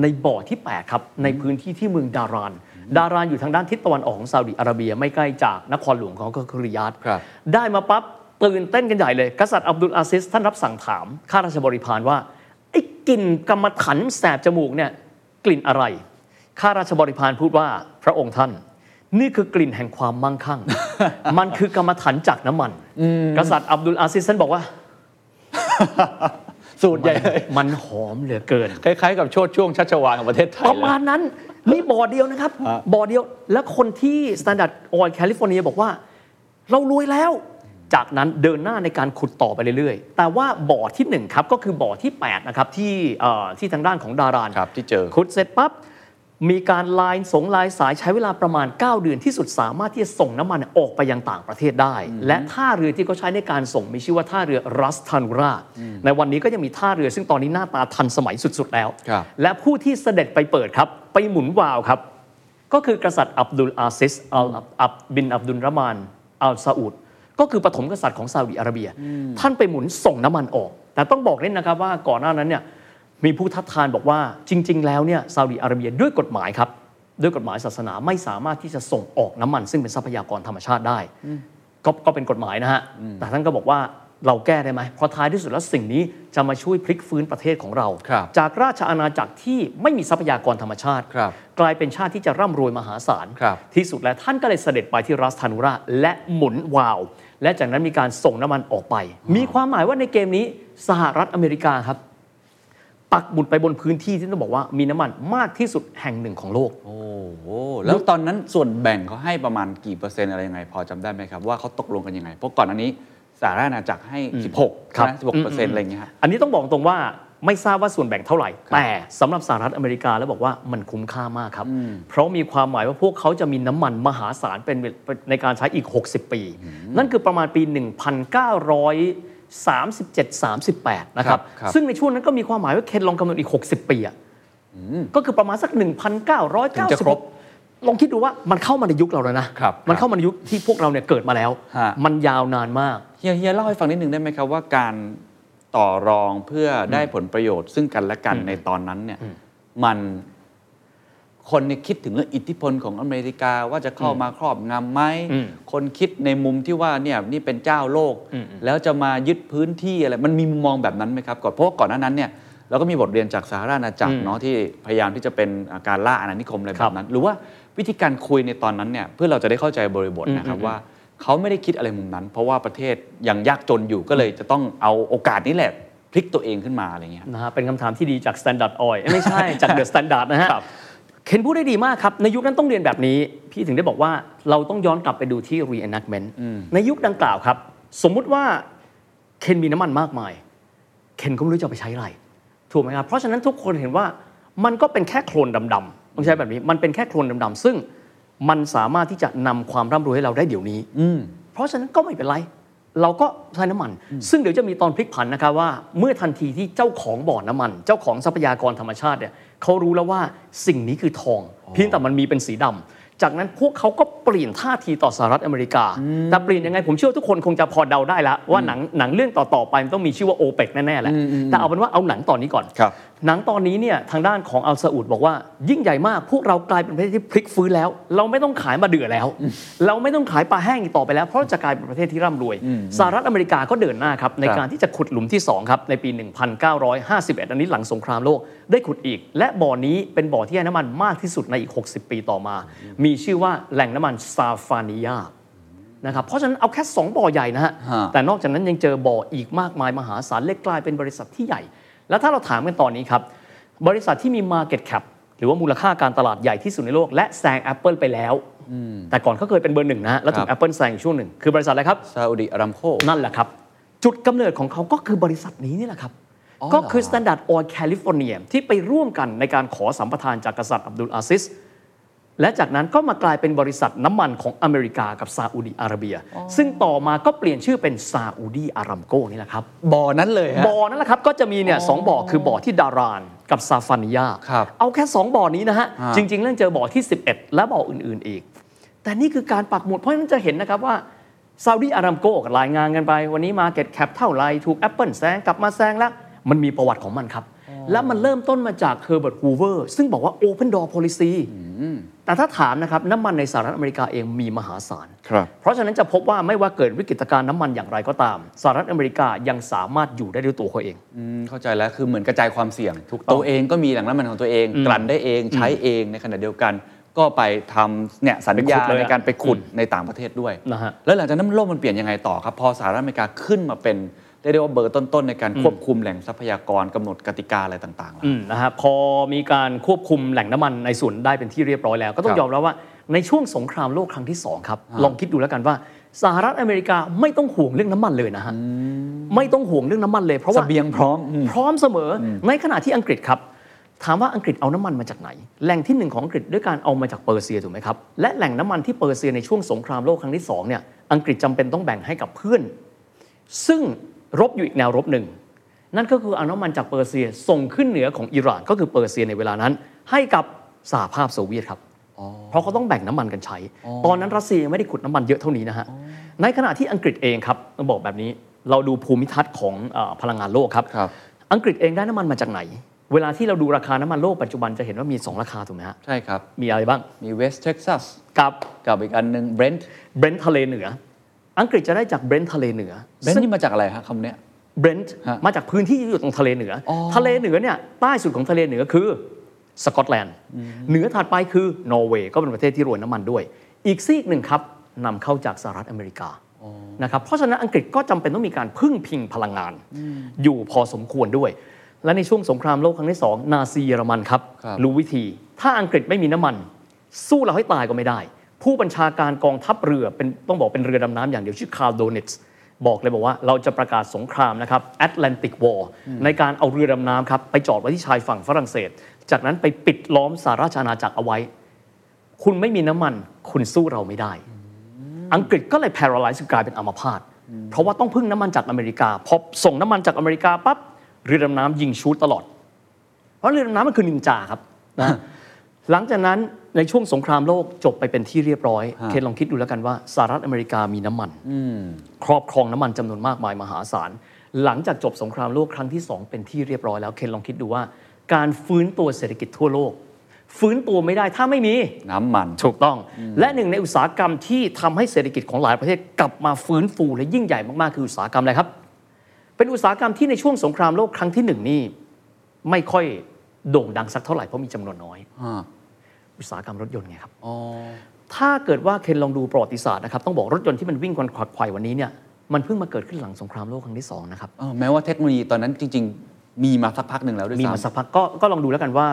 S2: ในบ่อที่แปดครับ ในพื้นที่ที่เมืองดาราน ดารานอยู่ทางด้านทิศตะวันออกของซาอุดิอาระเบียไม่ใกล้จากนครหลวงของเขาก็คือริยาด
S1: ครับ
S2: ได้มาปั๊บตื่นเต้นกันใหญ่เลย กษัตริย์อับดุลอาซิส ท่านรับสั่งถาม ข้าราชบริพารว่า ไอ้กลิ่นกรรมฐานแสบจมูกเนี่ยกลิ่นอะไร ข้าราชบริพารพูดว่าพระองค์ท่าน นี่คือกลิ่นแห่งความมั่ง คั่ง มันคือกรรมฐานจากน้ำมัน กษัตริย์อับดุลอาซิสท่านบอกว่า
S1: สู ตรใหญ่เลย
S2: มันหอมเหลือเกิน
S1: คล้ายๆกับโชดช่วงชัชวาลของประเทศไท
S2: ป
S1: ยเลย
S2: ระมาณนั้นนี่บ่อเดียวนะครับ
S1: ฮะ
S2: บ่อเดียวและคนที่ Standard Oil California บอกว่า เรารวยแล้ว จากนั้นเดินหน้าในการขุดต่อไปเรื่อยๆ แต่ว่าบ่อที่ 1 ครับ ก็คือบ่อที่ 8 นะครับ ที่เอ่อที่ทางด้านของดาราน
S1: ครับที่เจอ
S2: ขุดเสร็จปั๊บ มีการไลายสงไลายสายใช้เวลาประมาณ 9 เดือนที่สุดสามารถที่จะส่งน้ำมันออกไปยังต่างประเทศได้ และท่าเรือที่เขาใช้ในการส่งมีชื่อว่าท่าเรือรัสทานุรา ในวันนี้ก็ยังมีท่าเรือซึ่งตอนนี้หน้าตาทันสมัยสุดๆแล้ว
S1: ครับ
S2: และผู้ที่เสด็จไปเปิดครับ ไปหมุนวาล์วครับ ก็คือกษัตริย์อับดุลอาซิสอัลอับบินอับดุลรามานอัลซาอุดก็คือปฐมกษัตริย์ของซาอุดิอาระเบีย ท่านไปหมุนส่งน้ำมันออก แต่ต้องบอกเล่นนะครับว่าก่อนหน้านั้นเนี่ยมีผู้ทัดทานบอกว่าจริง ๆ แล้วเนี่ยซาอุดิอาระเบียด้วยกฎหมายครับ ด้วยกฎหมายศาสนาไม่สามารถที่จะส่งออกน้ำมัน ซึ่งเป็นทรัพยากรธรรมชาติได้ ก็ก็เป็นกฎหมายนะฮะ แต่ท่านก็บอกว่าเราแก้ได้ไหม เพราะท้ายที่สุดแล้วสิ่งนี้จะมาช่วยพลิกฟื้นประเทศของเรา
S1: ครับ
S2: จากราชอาณาจักรที่ไม่มีทรัพยากรธรรมชาติ
S1: ครับ
S2: กลายเป็นชาติที่จะร่ำรวยมหาศาล
S1: ครับ
S2: ที่สุดแล้วท่านก็เลยเสด็จไปที่รัสทานุราและหมุนวาล์วและจากนั้นมีการส่งน้ำมันออกไป มีความหมายว่าในเกมนี้สหรัฐอเมริกาครับ ปักบุดไปบนพื้นที่ที่ต้องบอกว่ามีน้ำมันมากที่สุดแห่งหนึ่งของโลก
S1: โอ้โหแล้วตอนนั้นส่วนแบ่งเขาให้ประมาณกี่เปอร์เซ็นต์อะไรยังไง พอจำได้ไหมครับ ว่าเขาตกลงกันยังไง เพราะก่อนอันนี้สหรัฐอาณาจักรให้ 16
S2: ครับ
S1: นะ16เปอร์เซ็นต์อะไรอย่างเงี้ยฮะ
S2: อันนี้ต้องบอกตรงว่า ไม่ทราบว่าส่วนแบ่งเท่าไหร่ แต่สำหรับสหรัฐอเมริกาแล้วบอกว่ามันคุ้มค่ามากครับ เพราะมีความหมายว่าพวกเขาจะมีน้ำมันมหาศาลเป็นเวลในการใช้อีก 60 ปี นั่นคือประมาณปี 1937-38 นะครับ
S1: ครับครับ
S2: ซึ่งในช่วงนั้นก็มีความหมายว่าเคนลองคำนวณอีก 60 ปีอะก็คือประมาณสัก
S1: ถึงจะครบ
S2: 1,990ลองคิดดูว่ามันเข้ามาในยุคเราแล้วนะครับมันเข้ามาในยุคที่พวกเราเนี่ยเกิดมาแล้ว
S1: ฮะ
S2: มันยาวนานมาก
S1: เฮียเฮียเล่าให้ฟังนิดนึงได้ไหมครับว่าการต่อรองเพื่อได้ผลประโยชน์ซึ่งกันและกันในตอนนั้นเนี่ยมันคนเนี่ยคิดถึงเรื่องอิทธิพลของอเมริกาว่าจะเข้ามาครอบงำไหม
S2: อืม
S1: คนคิดในมุมที่ว่าเนี่ยนี่เป็นเจ้าโลก
S2: อืม
S1: แล้วจะมายึดพื้นที่อะไรมันมีมุมมองแบบนั้นไหมครับก่อนเพราะว่าก่อนหน้านั้นเนี่ยเราก็มีบทเรียนจากสหราชอาณาจักรเนาะที่พยายามที่จะเป็นอ่าการล่าอาณานิคมอะไรแบบนั้น หรือว่าวิธีการคุยในตอนนั้นเนี่ยเพื่อเราจะได้เข้าใจบริบทนะครับว่า เขาไม่ได้คิดอะไรมุมนั้น เพราะว่าประเทศยังยากจนอยู่ก็เลยจะต้องเอาโอกาสนี้แหละพลิกตัวเองขึ้นมาอะไรเงี้ย
S2: นะฮะเป็นคำถามที่ดีจาก Standard Oil เอ้ยไม่ ใช่ จาก The Standard นะฮะ
S1: ครับ
S2: เคนพูดได้ดีมากครับ ในยุคนั้นต้องเรียนแบบนี้ พี่ถึงได้บอกว่าเราต้องย้อนกลับไปดูที่ reenactment ในยุคดังกล่าวครับ สมมุติว่าเคนมีน้ำมันมากมาย เคนก็ไม่รู้จะเอาไปใช้อะไร ถูกไหมครับ เพราะฉะนั้นทุกคนเห็นว่ามันก็เป็นแค่โคลนดำๆต้องใช้แบบนี้ มันเป็นแค่โคลนดำๆซึ่งมันสามารถที่จะนำความร่ำรวยให้เราได้เดี๋ยวนี้ เพราะฉะนั้นก็ไม่เป็นไร เราก็ใช้น้ำมัน ซึ่งเดี๋ยวจะมีตอนพลิกผันนะครับว่า เมื่อทันทีที่เจ้าของบ่อน้ำมัน เจ้าของทรัพยากรธรรมชาติเนี่ยเขารู้แล้วว่าสิ่งนี้คือทอง เพียงแต่มันมีเป็นสีดำจากนั้นพวกเขาก็เปลี่ยนท่าทีต่อสหรัฐอเมริกา แต่เปลี่ยนยังไงผมเชื่อว่าทุกคนคงจะพอเดาได้ละว่าหนังหนังเรื่องต่อๆไปมันต้องมีชื่อว่าโอเปกแน่ๆแหละแต่เอาเป็นว่าเอาหนังตอนนี้ก่อน
S1: ครับ
S2: หนังตอนนี้เนี่ยทางด้านของอัลซาอุดบอกว่า ยิ่งใหญ่มากพวกเรากลายเป็นประเทศที่พลิกฟื้นแล้ว เราไม่ต้องขายมาเดือแล้ว เราไม่ต้องขายปลาแห้งอีกต่อไปแล้ว เพราะจะกลายเป็นประเทศที่ร่ำรวยสหรัฐอเมริกาก็เดินหน้าครับ ใน
S1: ครับ
S2: การที่จะขุดหลุมที่ 2 ครับ ในปี 1951 อันนี้หลังสงครามโลกได้ขุดอีก และบ่อนี้เป็นบ่อที่ให้น้ำมันมากที่สุดในอีก 60 ปีต่อมา มีชื่อว่าแหล่งน้ำมันซาฟานิยา นะครับเพราะฉะนั้นเอาแค่ 2 บ่อใหญ่นะฮะ
S1: ฮะ
S2: แต่นอกจากนั้นยังเจอบ่ออีกมากมายมหาศาลเล็กกลายเป็นบริษัทที่ใหญ่ แล้วถ้าเราถามกันตอนนี้ครับ บริษัทที่มี Market Cap หรือว่ามูลค่าการตลาดใหญ่ที่สุดในโลก และแซง Apple ไปแล้ว แต่ก่อนเขาเคยเป็นเบอร์หนึ่งนะฮะแล้วถูก Apple แซงอยู่ช่วงหนึ่ง คือบริษัทอะไรครับ
S1: ซาอุดิอารามโค
S2: นั่นแหละครับ จุดกำเนิดของเขาก็คือบริษัทนี้นี่แหละครับ
S1: อ๋อ
S2: ก็คือ
S1: เหรอ
S2: Standard Oil California ที่ไปร่วมกันในการขอสัมปทานจากกษัตริย์อับดุลอาซิส และจากนั้นก็มากลายเป็นบริษัทน้ำมันของอเมริกากับซาอุดีอาระเบีย ซึ่งต่อมาก็เปลี่ยนชื่อเป็นซาอุดีอารัมโกนี่แหละครับ
S1: บ่อนั้นเลยฮะ
S2: บ่อนั่นแหละครับ ก็จะมีเนี่ยสองบ่อคือบ่อที่ดารานกับซาฟานิยา
S1: ครับ
S2: เอาแค่ 2 บ่อนี้นะฮะ
S1: ฮะ
S2: จริง ๆ เรื่องเจอบ่อที่ 11 และบ่ออื่น ๆ อีก แต่นี่คือการปักหมุดเพราะฉะนั้นจะเห็นนะครับว่าซาอุดีอารามโกรายงานกันไป วันนี้มาเก็ตแคปเท่าไหรถูก Apple แซงกลับมาแซงแล้ว มันมีประวัติของมันครับ และมันเริ่มต้นมาจากเฮอร์เบิร์ตฮูเวอร์ซึ่งบอกว่า Open Door Policy แต่ถ้าถามนะครับน้ำมันในสหรัฐอเมริกาเองมีมหาศาล
S1: ครับ
S2: เพราะฉะนั้นจะพบว่าไม่ว่าเกิดวิกฤตการณ์น้ำมันอย่างไรก็ตามสหรัฐอเมริกายังสามารถอยู่ได้ด้วยตัวเขาเอง
S1: อืมเข้าใจแล้วคือเหมือนกระจายความเสี่ยง
S2: ถูกต้อง
S1: ตัวเองก็มีแหล่งน้ำมันของตัวเองกลั่นได้เองใช้เองในขณะเดียวกัน ก็ไปทำเนี่ยสัญญา
S2: ไปขุดเลยอะ
S1: ในการไปขุดในต่างประเทศด้วย
S2: นะฮะ
S1: แล้วหลังจากนั้นโลกมันเปลี่ยนยังไงต่อครับ พอสหรัฐอเมริกาขึ้นมาเป็นได้เรียกว่าเบอร์ต้นๆในการควบคุมแหล่งทรัพยากรกำหนดกติกาอะไรต่างๆแล้ว
S2: อืมนะฮะพอมีการควบคุมแหล่งน้ำมันในส่วนได้เป็นที่เรียบร้อยแล้ว ก็ต้อ
S1: ครั
S2: ง
S1: บ
S2: ยอมรับว่าในช่วงสงครามโลกครั้งที่ 2 ครับ ลองคิดดูแล้วกันว่า สหรัฐอเมริกาไม่ต้องห่วงเรื่องน้ำมันเลยนะฮะไม่ต้องห่วงเรื่องน้ำมันเลยเพราะว่า
S1: เสบียงพร้อมอืม
S2: พร้อมเสมออในขณะที่อังกฤษครับ ถามว่าอังกฤษเอาน้ำมันมาจากไหน แหล่งที่หนึ่งของอังกฤษด้วยการเอามาจากเปอร์เซียถูกไหมครับและแหล่งน้ำมันที่เปอร์เซียในช่วงสงครามโลกครั้งที่สองเนี่ยอังกฤษจำเป็นต้องแบ่งให้กับเพื่อน ซึ่งรบอยู่อีกแนวรบหนึ่ง นั่นก็คือเอาน้ำมันจากเปอร์เซียส่งขึ้นเหนือของอิหร่านก็คือเปอร์เซียในเวลานั้น ให้กับสหภาพโซเวียตครับ เพราะเขาต้องแบ่งน้ำมันกันใช้ ตอนนั้นรัสเซียยังไม่ได้ขุดน้ำมันเยอะเท่านี้นะฮะ ในขณะที่อังกฤษเองครับต้องบอกแบบนี้เราดูภูมิทัศน์ของเออพลังงานโลกครับ
S1: ครับ
S2: อังกฤษเองได้น้ำมันมาจากไหน เวลาที่เราดูราคาน้ำมันโลกปัจจุบันจะเห็นว่ามี 2 ราคาถูกไหมฮะ
S1: ใช่ครับ
S2: มีอะไรบ้าง
S1: มีเวสเท็กซัส
S2: กับ
S1: กับอีกอันหนึ่งเบรนท์
S2: เบรนท์ทะเลเหนือ อังกฤษจะได้จากเบรนท์ทะเลเหนือ
S1: เบรนท์นี่มาจากอะไรฮะคำเนี้ย
S2: เบรนท์
S1: ฮะ
S2: มาจากพื้นที่ที่อยู่ตรงทะเลเหนืออ
S1: อ
S2: ทะเลเหนือเนี่ยใต้สุดของทะเลเหนือคือสกอตแลนด์เหนือถัดไปคือนอร์เวย์ก็เป็นประเทศที่รวยน้ำมันด้วย อีกซีกหนึ่งครับนำเข้าจากสหรัฐอเมริกานะครับเพราะฉะนั้นอังกฤษก็จำเป็นต้องมีการพึ่งพิงพลังงาน อยู่พอสมควรด้วย และในช่วงสงครามโลกครั้งที่สองนาซีเยอรมันครับ
S1: ครับ
S2: รู้วิธี ถ้าอังกฤษไม่มีน้ำมัน สู้เราให้ตายก็ไม่ได้ ผู้บัญชาการกองทัพเรือเป็นต้องบอกเป็นเรือดำน้ำอย่างเดียวชื่อคาร์ลโดนิตส์ บอกเลยบอกว่าเราจะประกาศสงครามนะครับแอตแลนติกวอร์ในการเอาเรือดำน้ำครับ ไปจอดไว้ที่ชายฝั่งฝรั่งเศส จากนั้นไปปิดล้อมสหราชอาณาจักรเอาไว้ คุณไม่มีน้ำมัน คุณสู้เราไม่ได้ อังกฤษก็เลย paralyze กลายเป็นอัมพาตเพราะว่าต้องพึ่งน้ำมันจากอเมริกา พอส่งน้ำมันจากอเมริกาปั๊บเรือดำน้ำยิงชูตตลอด เพราะเรือดำน้ำมันคือนินจาครับนะหลังจากนั้นในช่วงสงครามโลกจบไปเป็นที่เรียบร้อย
S1: ฮะ
S2: เคนลองคิดดูแล้วกันว่าสหรัฐอเมริกามีน้ำมัน
S1: อืม
S2: ครอบครองน้ำมันจำนวนมากมายมหาศาล หลังจากจบสงครามโลกครั้งที่ 2 เป็นที่เรียบร้อยแล้ว เคนลองคิดดูว่า การฟื้นตัวเศรษฐกิจทั่วโลก ฟื้นตัวไม่ได้ถ้าไม่มี
S1: น้ำมัน
S2: ถูกต้อง และหนึ่งในอุตสาหกรรมที่ทำให้เศรษฐกิจของหลายประเทศกลับมาฟื้นฟูและยิ่งใหญ่มาก ๆ คืออุตสาหกรรมอะไรครับ เป็นอุตสาหกรรมที่ในช่วงสงครามโลกครั้งที่หนึ่งนี่ไม่ค่อยโด่งดังสักเท่าไหร่เพราะมีจำนวนน้อย
S1: อ่า
S2: อุตสาหกรรมรถยนต์ไงครับ
S1: อ๋อ
S2: ถ้าเกิดว่าเคนลองดูประวัติศาสตร์นะครับ ต้องบอกรถยนต์ที่มันวิ่งกันขวักไขว่วันนี้เนี่ยมันเพิ่งมาเกิดขึ้นหลังสงครามโลกครั้งที่สองนะครับ
S1: เออแม้ว่าเทคโนโลยีตอนนั้นจริง ๆ มีมาสักพักหนึ่งแล้วด้วย
S2: มี
S1: ซ้ำ
S2: มาสักพักก็ก็ลองดูแล้วกันว่า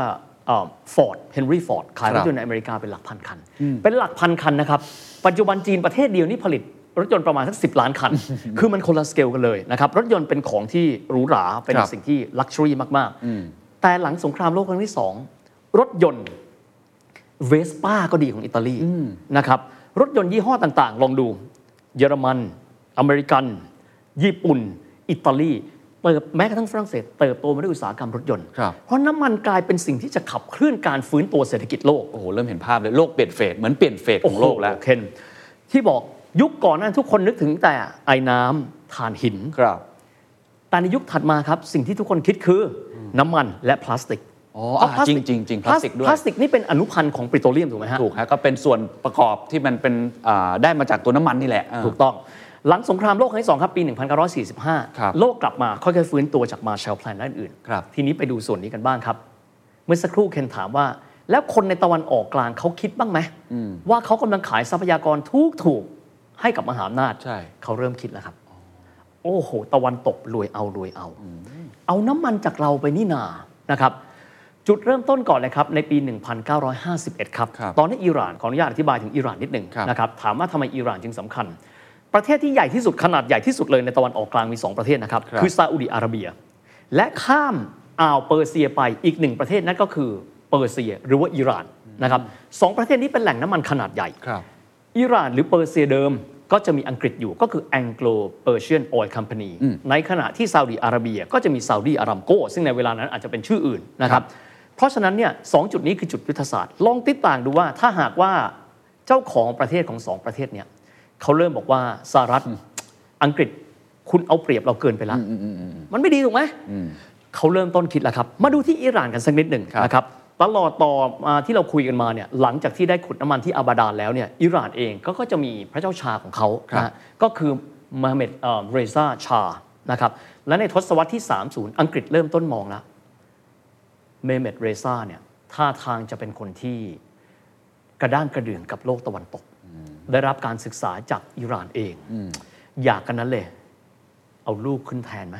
S2: ฟอร์ดเฮนรี่ฟอร์ดขาย
S1: ครั
S2: ร
S1: บ
S2: ถยนต์ในอเมริกาเป็นหลักพันคัน เป็นหลักพันคันนะครับ ปัจจุบันจีนประเทศเดียวนี่ผลิตรถยนต์ประมาณสักสิล้าน คัน คือมันคนละสเกลกันเลยนะครับ รถยนต์เป็นของที่หรูหรา เป็นสิ่งที่ลักชัวรี่มาก ๆ แต่หลังสงครามโลกครั้งที่ 2 รถยนต์เวสป้าก็ดีของอิตาลีนะครับ รถยนต์ยี่ห้อต่าง ๆ ลองดู เยอรมัน อเมริกัน ญี่ปุ่น อิตาลีเติบแม้กระทั่งฝรั่งเศสเติบโตมาด้วยอุตสาหกรรมรถยนต์
S1: ครับ
S2: เพราะน้ำมันกลายเป็นสิ่งที่จะขับเคลื่อนการฟื้นตัวเศรษฐกิจโลก
S1: โอ้โห เริ่มเห็นภาพเลย โลกเปลี่ยนเฟส เหมือนเปลี่ยนเฟสของโลกแล้ว
S2: อ้หเคนที่บอกยุคก่อนหนั้านทุกคนนึกถึงแต่ไอ้น้ำถ่านหิน
S1: ครับ
S2: แต่ในยุคถัดมาครับ สิ่งที่ทุกคนคิดคืออน้ำมันและพลาสติก
S1: อ๋อ
S2: เพาะ
S1: อ่ะ
S2: พลาสติก
S1: จริงๆจริงพลาสติกด้วย
S2: พลาสติกนี่เป็นอนุพันธ์ของปิโตรเลียมถูกไหมฮะ
S1: ถูกฮะก็เป็นส่วนประกอบที่มันเป็นอ่าได้มาจากตัวน้ำมันนี่แหละเออ
S2: ถูกต้อง หลังสงครามโลกครั้งที่สองครับ ปี
S1: ครับ
S2: 1945 โลกกลับมาค่อยๆฟื้นตัวจากมาแชลแพลนและอื่นๆ
S1: ครับ
S2: ทีนี้ไปดูส่วนนี้กันบ้างครับ เมื่อสักครู่เคนถามว่า แล้วคนในตะวันออกกลางเขาคิดบ้างไหม ว่าเขากำลังขายทรัพยากรทุกถูกๆให้กับมหาอำนาจ
S1: ใช่
S2: เขาเริ่มคิดแล้วครับ โอ้โห ตะวันตกรวยเอารวยเอา เอาน้ำมันจากเราไปนี่นานะครับ จุดเริ่มต้นก่อนเลยครับ ในปี 1951 ครับ
S1: ครับ
S2: ตอนนี้อิหร่าน ขออนุญาตอธิบายถึงอิหร่านนิดหนึ่ง
S1: ครับ
S2: นะครับ ถามว่าทำไมอิหร่านจึงสำคัญ ประเทศที่ใหญ่ที่สุดขนาดใหญ่ที่สุดเลยในตะวันออกกลางมี 2 ประเทศนะครับ คือซาอุดิอาระเบีย และข้ามอ่าวเปอร์เซียไปอีกหนึ่งประเทศนั่นก็คือเปอร์เซียหรือว่าอิหร่านนะครับสองประเทศนี้เป็นแหล่งน้ำมันขนาดใหญ่
S1: ครับ
S2: อิหร่านหรือเปอร์เซียเดิมก็จะมีอังกฤษอยู่ก็คือ Anglo Persian Oil Company ในขณะที่ซาอุดีอาระเบียก็จะมีซาอุดีอารามโกซึ่งในเวลานั้นอาจจะเป็นชื่ออื่นนะครับ เพราะฉะนั้นเนี่ยสองจุดนี้คือจุดยุทธศาสตร์ ลองติดต่างดูว่าถ้าหากว่าเจ้าของประเทศของสองประเทศเนี่ยเขาเริ่มบอกว่าสหรัฐอังกฤษคุณเอาเปรียบเราเกินไปละมันไม่ดีถูกไหม เขาเริ่มต้นคิดแล้วครับ มาดูที่อิหร่านกันสักนิดหนึ่ง
S1: ครับ
S2: นะครับ ตลอดต่อมาที่เราคุยกันมาเนี่ย หลังจากที่ได้ขุดน้ำมันที่อาบาดานแล้วเนี่ย อิหร่านเองก็ก็จะมีพระเจ้าชาของเขานะฮะก็คือมาเมดเอ่อเรซาชา นะครับ และในทศวรรษที่ 30 อังกฤษเริ่มต้นมองแล้ว เมเมดเรซาเนี่ยท่าทางจะเป็นคนที่กระด้างกระเดื่องกับโลกตะวันตก ได้รับการศึกษาจากอิหร่านเอง อยากกันนั้นเลย เอาลูกขึ้นแทนไหม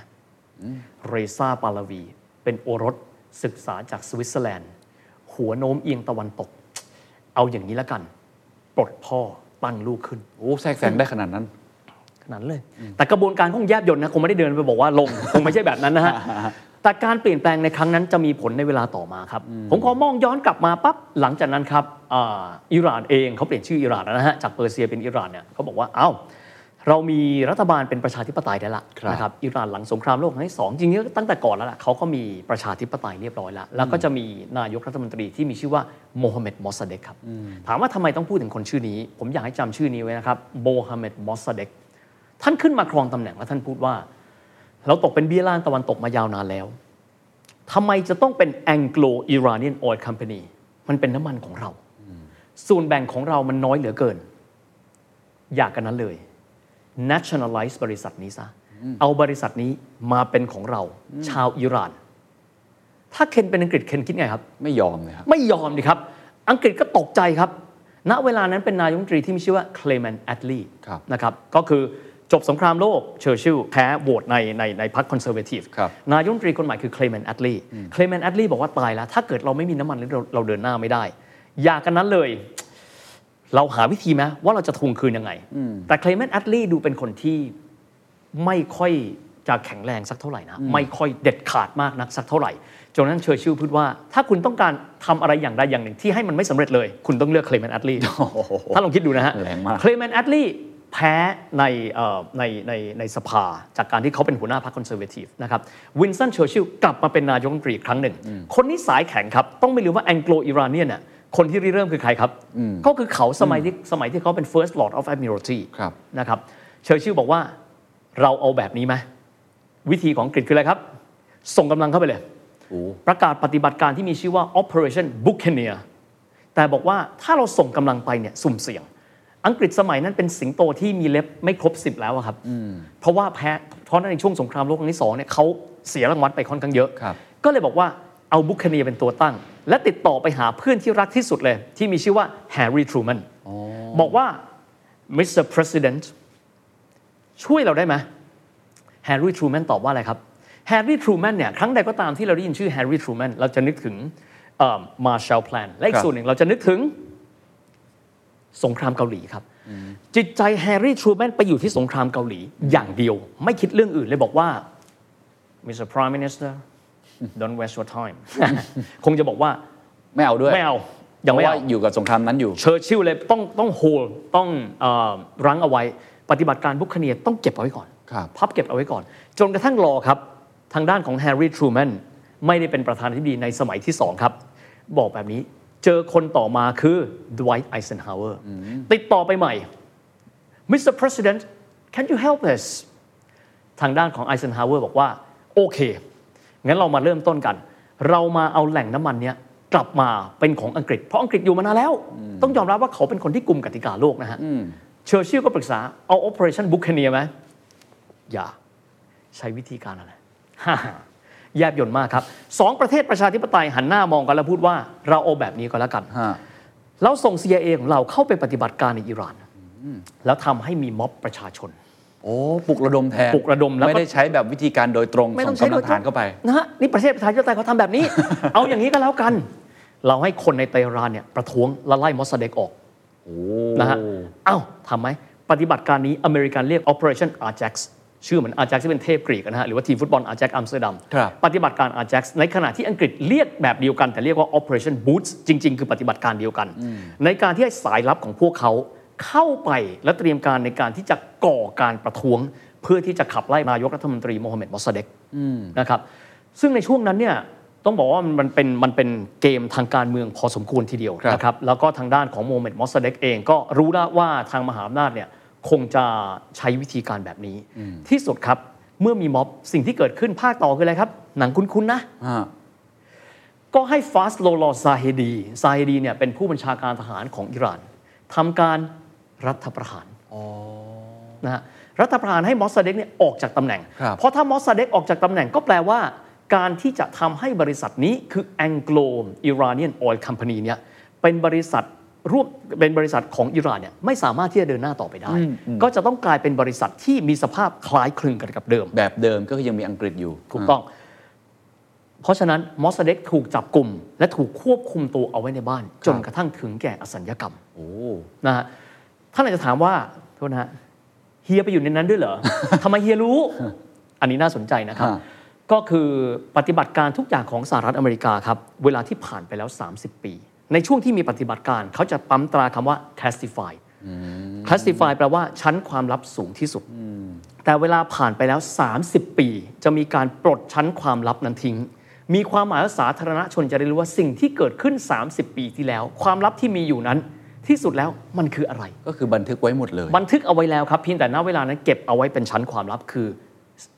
S2: เรซาปาลาวี เป็นโอรสศึกษาจากสวิตเซอร์แลนด์ หัวโน้มเอียงตะวันตก เอาอย่างนี้ละกัน ปลดพ่อตั้งลูกขึ้น
S1: โอ้แทรกแซงได้ขนาดนั้น
S2: ขนาดนั้นเลย แต่กระบวนการคงแยบยลนะคงไม่ได้เดินไปบอกว่าลง คงไม่ใช่แบบนั้น นะฮะ แต่การเปลี่ยนแปลงในครั้งนั้นจะมีผลในเวลาต่อมาครับ ผมขอมองย้อนกลับมาปั๊บหลังจากนั้นครับอ่าอิหร่านเองเขาเปลี่ยนชื่ออิหร่านแล้วนะฮะจากเปอร์เซียเป็นอิหร่านเนี่ยเขาบอกว่าเอ้าเรามีรัฐบาลเป็นประชาธิปไตยได้ละ
S1: ครับ
S2: นะครับอิหร่านหลังสงครามโลกครั้งที่สองจริงๆตั้งแต่ก่อนแล้วล่ะเขาก็มีประชาธิปไตยเรียบร้อยแล้วแล้วก็จะมีนายกรัฐมนตรีที่มีชื่อว่าโมฮัมเหม็ดมอสซาเดกครับถามว่าทำไมต้องพูดถึงคนชื่อนี้ ผมอยากให้จำชื่อนี้ไว้นะครับโมฮัมเหม็ดมอสซาเดก ท่านขึ้นมาครองตำแหน่งแล้วท่านพูดว่า เราตกเป็นเบี้ยล่างตะวันตกมายาวนานแล้วทำไมจะต้องเป็น Anglo Iranian Oil Company มันเป็นน้ำมันของเรา ส่วนแบ่งของเรามันน้อยเหลือเกิน อยากกันนั้นเลย nationalize บริษัทนี้ซะ เอาบริษัทนี้มาเป็นของเรา ชาวอิหร่าน ถ้าเคนเป็นอังกฤษเคนคิดไงครับ
S1: ไม่ยอมเลยครับ
S2: ไม่ยอมดิครับ อังกฤษก็ตกใจครับ ณ เวลานั้นเป็นนายกรัฐมนตรีที่มีชื่อว่าเคลเมนแอดลี
S1: ครับ
S2: นะครับ ก็คือจบสงครามโลกเชอร์ชิลแพ้โหวตในในในพรรคคอนเซอร์เวทีฟ
S1: ครับ
S2: นายกรัฐมนตรีคนใหม่คือเคลเมนแอดลีเคลเมนแอดลีบอกว่าตายแล้ว ถ้าเกิดเราไม่มีน้ำมันเราเราเดินหน้าไม่ได้ อยากันนั้นเลย เราหาวิธีไหมว่าเราจะทวงคืนยังไง แต่เคลเมนแอดลีดูเป็นคนที่ ไม่ค่อยจะแข็งแรงสักเท่าไหร่นะไม่ค่อยเด็ดขาดมากนักสักเท่าไหร่จนกระนั้นเชอร์ชิลพูดว่า ถ้าคุณต้องการทำอะไรอย่างใดอย่างหนึ่งที่ให้มันไม่สำเร็จเลย คุณต้องเลือกเคลเมนแอตลี ถ้าลองคิดดูนะฮะ
S1: แรงมาก
S2: เคลเมนแอตลีแพ้ในเอ่อในในในสภา จากการที่เขาเป็นหัวหน้าพรรคคอนเซอร์เวทีฟนะครับวินสตันเชอร์ชิลกลับมาเป็นนายกรัฐมนตรีอีกครั้งหนึ่ง คนนี้สายแข็งครับ ต้องไม่ลืมว่าแองโกลอิรานเนียน่ะคนที่ริเริ่มคือใครครับ ก็คือเขาสมัยที่สมัยที่เขาเป็น First Lord of Admiralty
S1: ครับ
S2: นะครับเชอร์ชิลบอกว่าเราเอาแบบนี้ไหมวิธีของอังกฤษคืออะไรครับ ส่งกำลังเข้าไปเลย
S1: โอ้
S2: ประกาศปฏิบัติการที่มีชื่อว่า Operation Buccaneer แต่บอกว่าถ้าเราส่งกำลังไปเนี่ยสุ่มเสี่ยง อังกฤษสมัยนั้นเป็นสิงโตที่มีเล็บไม่ครบ 10 แล้วอะครับเพราะว่าแพ้เพราะฉะนั้นในช่วงสงครามโลกครั้งที่สองเนี่ยเขาเสียรางวัลไปค่อนข้างเยอะ
S1: ครับ
S2: ก็เลยบอกว่าเอาบุคเนียเป็นตัวตั้ง และติดต่อไปหาเพื่อนที่รักที่สุดเลย ที่มีชื่อว่าแฮร์รี่ทรูแมนบอกว่า Mr. President ช่วยเราได้ไหมแฮร์รี่ทรูแมนตอบว่าอะไรครับแฮร์รี่ทรูแมนเนี่ยครั้งใดก็ตามที่เราได้ยินชื่อแฮร์รี่ทรูแมนเราจะนึกถึงมาร์แชลแพลนและอี
S1: ครั
S2: ก
S1: บ
S2: ส่วนหนึ่งเราจะนึกถึงสงครามเกาหลีครับ จิตใจแฮร์รี่ทรูแมนไปอยู่ที่สงครามเกาหลีอย่างเดียว ไม่คิดเรื่องอื่นเลยบอกว่า Mr. Prime Minister don't waste your time คงจะบอกว่า
S1: ไม่เอาด้วย
S2: ไม่เอายัง
S1: เพ
S2: ไม่
S1: ราะว่า
S2: เอา
S1: อยู่กับสงครามนั้นอยู่
S2: เชอร์ชิลเลยต้องต้องโฮลต้องเอ่อรั้งเอาไว้ ปฏิบัติการบุคคเนียต้องเก็บเอาไว้ก่อน
S1: ครับ
S2: พับเก็บเอาไว้ก่อน จนกระทั่งรอครับ ทางด้านของแฮร์รี่ทรูแมนไม่ได้เป็นประธานาธิบดีในสมัยที่ 2 ครับ บอกแบบนี้เจอคนต่อมาคือดไวท์ไอเซนฮาวเวอร์ติดต่อไปใหม่ Mr. President can you help us ทางด้านของไอเซนฮาวเวอร์บอกว่า โอเค งั้นเรามาเริ่มต้นกัน เรามาเอาแหล่งน้ำมันเนี้ยกลับมาเป็นของอังกฤษ เพราะอังกฤษอยู่มานานแล้ว ต้องยอมรับว่าเขาเป็นคนที่กลุ่มกติกาโลกนะฮะเชอร์ชิลก็ปรึกษาเอา Operation b u c c a n e e r ไหมอย่า ใช้วิธีการอะไร แยบยนต์มากครับสองประเทศประชาธิปไตยหันหน้ามองกันแล้วพูดว่าเราเอาแบบนี้ก็แล้วกัน
S1: ฮะ
S2: เราส่ง CIA ของเราเข้าไปปฏิบัติการในอิหร่าน แล้วทำให้มีม็อบประชาชน
S1: โอ้ปลุกระดมแทน
S2: ปลุกระดมแล้วก็
S1: ไม่ได้ใช้แบบวิธีการโดยตรง
S2: ไม่ต้อง
S1: ส่
S2: ใช้
S1: งกำลังทหารเข้าไป
S2: นะฮะนี่ประเทศประชาธิปไตยเขาทำแบบนี้ เอาอย่างนี้ก็แล้วกัน เราให้คนในเตหะรานเนี่ยประท้วงและไล่มอสซาเดกออกนะฮะเอ้าทำไหมปฏิบัติการนี้อเมริกันเรียก Operation Ajax ชื่อเหมือน Ajax ที่เป็นเทพกรีกนะฮะหรือว่าทีมฟุตบอล Ajax อัมสเตอร์ดัม
S1: ครับ
S2: ปฏิบัติการ Ajax ในขณะที่อังกฤษเรียกแบบเดียวกัน แต่เรียกว่า Operation Boots จริง ๆ คือปฏิบัติการเดียวกัน ในการที่ให้สายลับของพวกเขาเข้าไปและเตรียมการในการที่จะก่อการประท้วง เพื่อที่จะขับไล่นายกรัฐมนตรีโมฮัมเหม็ดมอสซาเดก นะครับซึ่งในช่วงนั้นเนี่ยต้องบอกว่ามันเป็นมันเป็นเกมทางการเมืองพอสมควรทีเดียว
S1: ครับ
S2: นะครับแล้วก็ทางด้านของโมเมนต์มอสซาเดกเองก็รู้แล้วว่าทางมหาอำนาจเนี่ยคงจะใช้วิธีการแบบนี้ ที่สุดครับเมื่อมีม็อบสิ่งที่เกิดขึ้นภาคต่อคืออะไรครับ หนังคุ้นๆนะ
S1: ฮะ
S2: ก็ให้ฟาสโลลอซาเฮดีซาเฮดีเนี่ยเป็นผู้บัญชาการทหารของอิหร่านทำการรัฐประหารนะฮะรัฐประหารให้มอสซาเด็กเนี่ยออกจากตำแหน่ง
S1: ครับ
S2: เพราะถ้ามอสซาเด็กออกจากตำแหน่งก็แปลว่า การที่จะทำให้บริษัทนี้คือ Anglo Iranian Oil Company เนี่ยเป็นบริษัทร่วมเป็นบริษัทของอิหร่านเนี่ยไม่สามารถที่จะเดินหน้าต่อไปได้ ก็จะต้องกลายเป็นบริษัทที่มีสภาพคล้ายคลึงกันกับเดิม
S1: แบบเดิมก็คือยังมีอังกฤษอยู่
S2: ถูกต้อง เพราะฉะนั้นมอสเดกถูกจับกลุ่ม และถูกควบคุมตัวเอาไว้ในบ้าน จนกระทั่งถึงแก่อสัญญกรรม
S1: โอ้
S2: นะฮะท่านอาจจะถามว่าโทษนะฮะเฮียไปอยู่ในนั้นด้วยเหรอ ทำไมเฮียรู้ อันนี้น่าสนใจนะครับ
S1: ฮะ
S2: ก็คือปฏิบัติการทุกอย่างของสหรัฐอเมริกาครับ เวลาที่ผ่านไปแล้ว 30 ปี ในช่วงที่มีปฏิบัติการเขาจะปั๊มตราคำว่า classify classify แปลว่าชั้นความลับสูงที่สุด แต่เวลาผ่านไปแล้ว 30 ปี จะมีการปลดชั้นความลับนั้นทิ้ง มีความหมายว่าสาธารณชนจะได้รู้ว่าสิ่งที่เกิดขึ้น 30 ปีที่แล้ว ความลับที่มีอยู่นั้น ที่สุดแล้วมันคืออะไร
S1: ก็คือบันทึกไว้หมดเลย
S2: บันทึกเอาไว้แล้วครับเพียงแต่ณเวลานั้นเก็บเอาไว้เป็นชั้นความลับคือ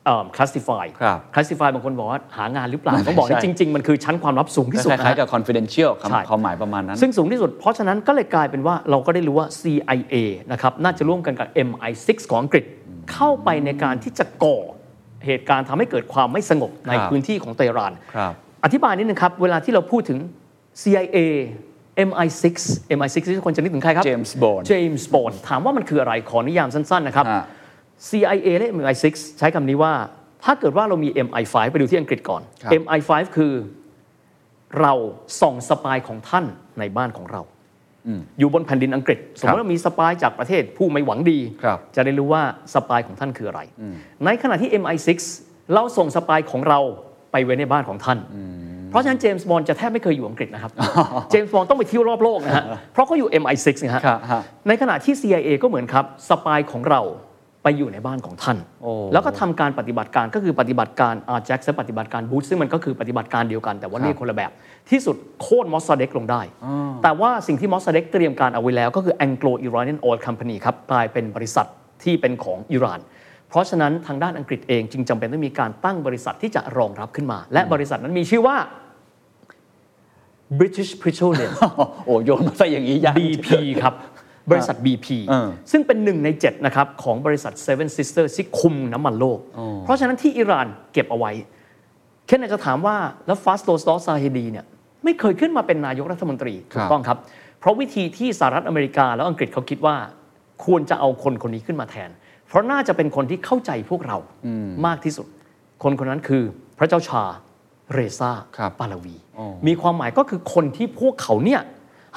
S2: เอ่อ classify
S1: ครับ
S2: classify บางคนบอกว่าหางานหรือเปล่าต้องบอกนี่จริง ๆ มันคือชั้นความลับสูงที่สุด
S1: ค
S2: นะ
S1: ล้ายๆ
S2: ฮะ
S1: กับ confidential
S2: ใช่
S1: คำความหมายประมาณนั้น
S2: ซึ่งสูงที่สุด เพราะฉะนั้นก็เลยกลายเป็นว่าเราก็ได้รู้ว่า CIA นะครับน่าจะร่วมกันกับ MI6 ของอังกฤษ เข้าไปในการที่จะก่อเหตุการณ์ทำให้เกิดความไม่สงบใน
S1: ครับ
S2: พื้นที่ของเตหะราน
S1: ครับ
S2: อธิบายนิดนึงครับ เวลาที่เราพูดถึง CIA MI6 MI6 ที่ทุกคนจะนึกถึงใครครับ
S1: James Bond
S2: James Bond ถามว่ามันคืออะไรขอนิยามสั้นๆนะครับ
S1: ฮะ
S2: CIA และ MI6 ใช้คำนี้ว่า ถ้าเกิดว่าเรามี MI5 ไปดูที่อังกฤษก่อน
S1: ครับ
S2: MI5 คือเราส่องสปายของท่านในบ้านของเรา อยู่บนแผ่นดินอังกฤษ สมมติว่ามีสปายจากประเทศผู้ไม่หวังดี
S1: ครับ
S2: จะได้รู้ว่าสปายของท่านคืออะไร ในขณะที่ MI6 เราส่งสปายของเราไปไว้ในบ้านของท่าน เพราะฉะนั้นเจมส์บอนด์จะแทบไม่เคยอยู่อังกฤษ นะครับ เจมส์บอนด์ต้องไปเที่ยวรอบโลกนะฮะ เพราะเขาอยู่ MI6 นะฮะ
S1: ครับฮะ
S2: ในขณะที่ CIA ก็เหมือนครับ สปายของเราไปอยู่ในบ้านของท่าน
S1: โอ้
S2: แล้วก็ทำการปฏิบัติการก็คือปฏิบัติการอาแจ็คและปฏิบัติการบูธซึ่งมันก็คือปฏิบัติการเดียวกันแต่ว่าเรียกคนละแบบ ที่สุดโค่นมอสซาเด็กลงได้ แต่ว่าสิ่งที่มอสซาเด็กเตรียมการเอาไว้แล้ว ก็คือ Anglo Iranian Oil Company ครับกลายเป็นบริษัทที่เป็นของอิหร่าน เพราะฉะนั้นทางด้านอังกฤษเองจึงจำเป็นต้องมีการตั้งบริษัทที่จะรองรับขึ้นมา และบริษัทนั้นมีชื่อว่า British Petroleum
S1: โอ้โยนมาซะอย่างนี้ยาก
S2: BP ครับ บริษัท BP
S1: เออ
S2: ซึ่งเป็นหนึ่งใน 7 นะครับ ของบริษัท Seven Sisters ที่คุมน้ำมันโลก เพราะฉะนั้นที่อิหร่านเก็บเอาไว้ เคนอาจจะถามว่าแล้วฟาสโตสตอซาเฮดีเนี่ยไม่เคยขึ้นมาเป็นนายกรัฐมนตรี
S1: ครั
S2: ถู
S1: บ
S2: กต้องครับ เพราะวิธีที่สหรัฐอเมริกาแล้วอังกฤษเขาคิดว่าควรจะเอาคนคนนี้ขึ้นมาแทน เพราะน่าจะเป็นคนที่เข้าใจพวกเรามากที่สุด คนคนนั้นคือพระเจ้าชาเรซา
S1: ครับ
S2: ปาลวี
S1: อ๋อ
S2: มีความหมายก็คือคนที่พวกเขาเนี่ย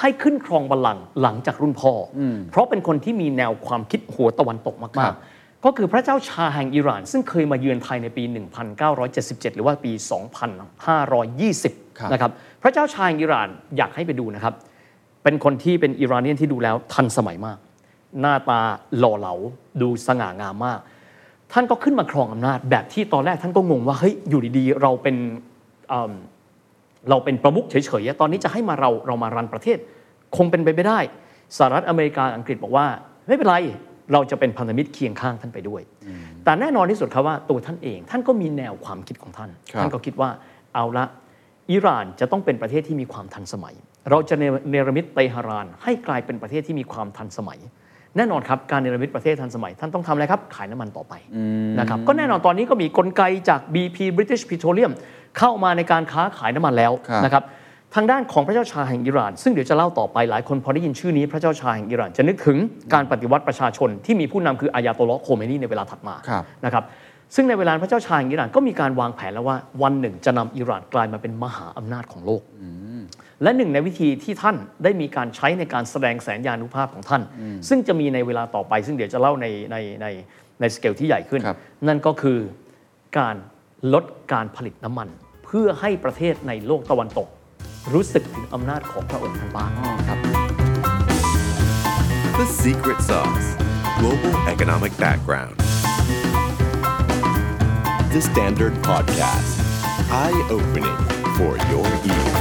S2: ให้ขึ้นครองบัลลังก์หลังจากรุ่นพ่ออเพราะเป็นคนที่มีแนวความคิดหัวตะวันตก
S1: ค
S2: มา
S1: รั
S2: ก
S1: บ
S2: ๆ ก็คือพระเจ้าชาแห่งอิหร่าน ซึ่งเคยมาเยือนไทยในปี 1977 หรือว่าปี 2520 นะครับ พระเจ้าชาแห่งอิหร่านอยากให้ไปดูนะครับ เป็นคนที่เป็นอิหรานเนียนที่ดูแล้วทันสมัยมาก หน้าตาหล่อเหลาดูสง่างามมาก ท่านก็ขึ้นมาครองอำนาจแบบที่ตอนแรกท่านก็งงว่าเฮ้ยอยู่ดีๆ เราเป็นเอิ่มเราเป็นประมุขเฉยๆอะตอนนี้จะให้มาเราเรามารันประเทศ คงเป็นไปไม่ได้สหรัฐอเมริกาอังกฤษบอกว่า ไม่เป็นไรเราจะเป็นพันธมิตรเคียงข้างท่านไปด้วย แต่แน่นอนที่สุดครับว่าตัวท่านเอง ท่านก็มีแนวความคิดของท่าน
S1: ครับ
S2: ท่านก็คิดว่าเอาละ อิหร่านจะต้องเป็นประเทศที่มีความทันสมัย เราจะเนเนรมิตเตหะราน ให้กลายเป็นประเทศที่มีความทันสมัย แน่นอนครับ การเนรมิตประเทศทันสมัย ท่านต้องทำอะไรครับ ขายน้ำมันต่อไปนะครับก็แน่นอนตอนนี้ก็มีกลไกจาก BP British Petroleum เข้ามาในการค้าขายน้ำมันแล้ว
S1: ครับ
S2: นะครับทางด้านของพระเจ้าชายแห่งอิหร่าน ซึ่งเดี๋ยวจะเล่าต่อไปหลายคนพอได้ยินชื่อนี้พระเจ้าชายแห่งอิหร่านจะนึกถึงการปฏิวัติประชาชนที่มีผู้นำคืออายาโตลลอฮ์โคเมนีในเวลาถัดมา
S1: ครับ
S2: นะครับซึ่งในเวลานั้นพระเจ้าชายแห่งอิหร่านก็มีการวางแผนแล้วว่าวันหนึ่งจะนำอิหร่านกลายมาเป็นมหาอำนาจของโลก และหนึ่งในวิธีที่ท่านได้มีการใช้ในการแสดงแสนยานุภาพของท่าน ซึ่งจะมีในเวลาต่อไป ซึ่งเดี๋ยวจะเล่าในในในในสเกลที่ใหญ่ขึ้น
S1: ครับ
S2: นั่นก็คือการลดการผลิตน้ำมัน เพื่อให้ประเทศในโลกตะวันตก รู้สึกถึงอำนาจของพระองค์ท่านบ้าง
S3: The secret sauce. Global economic background. The Standard Podcast. Eye opening for your ears.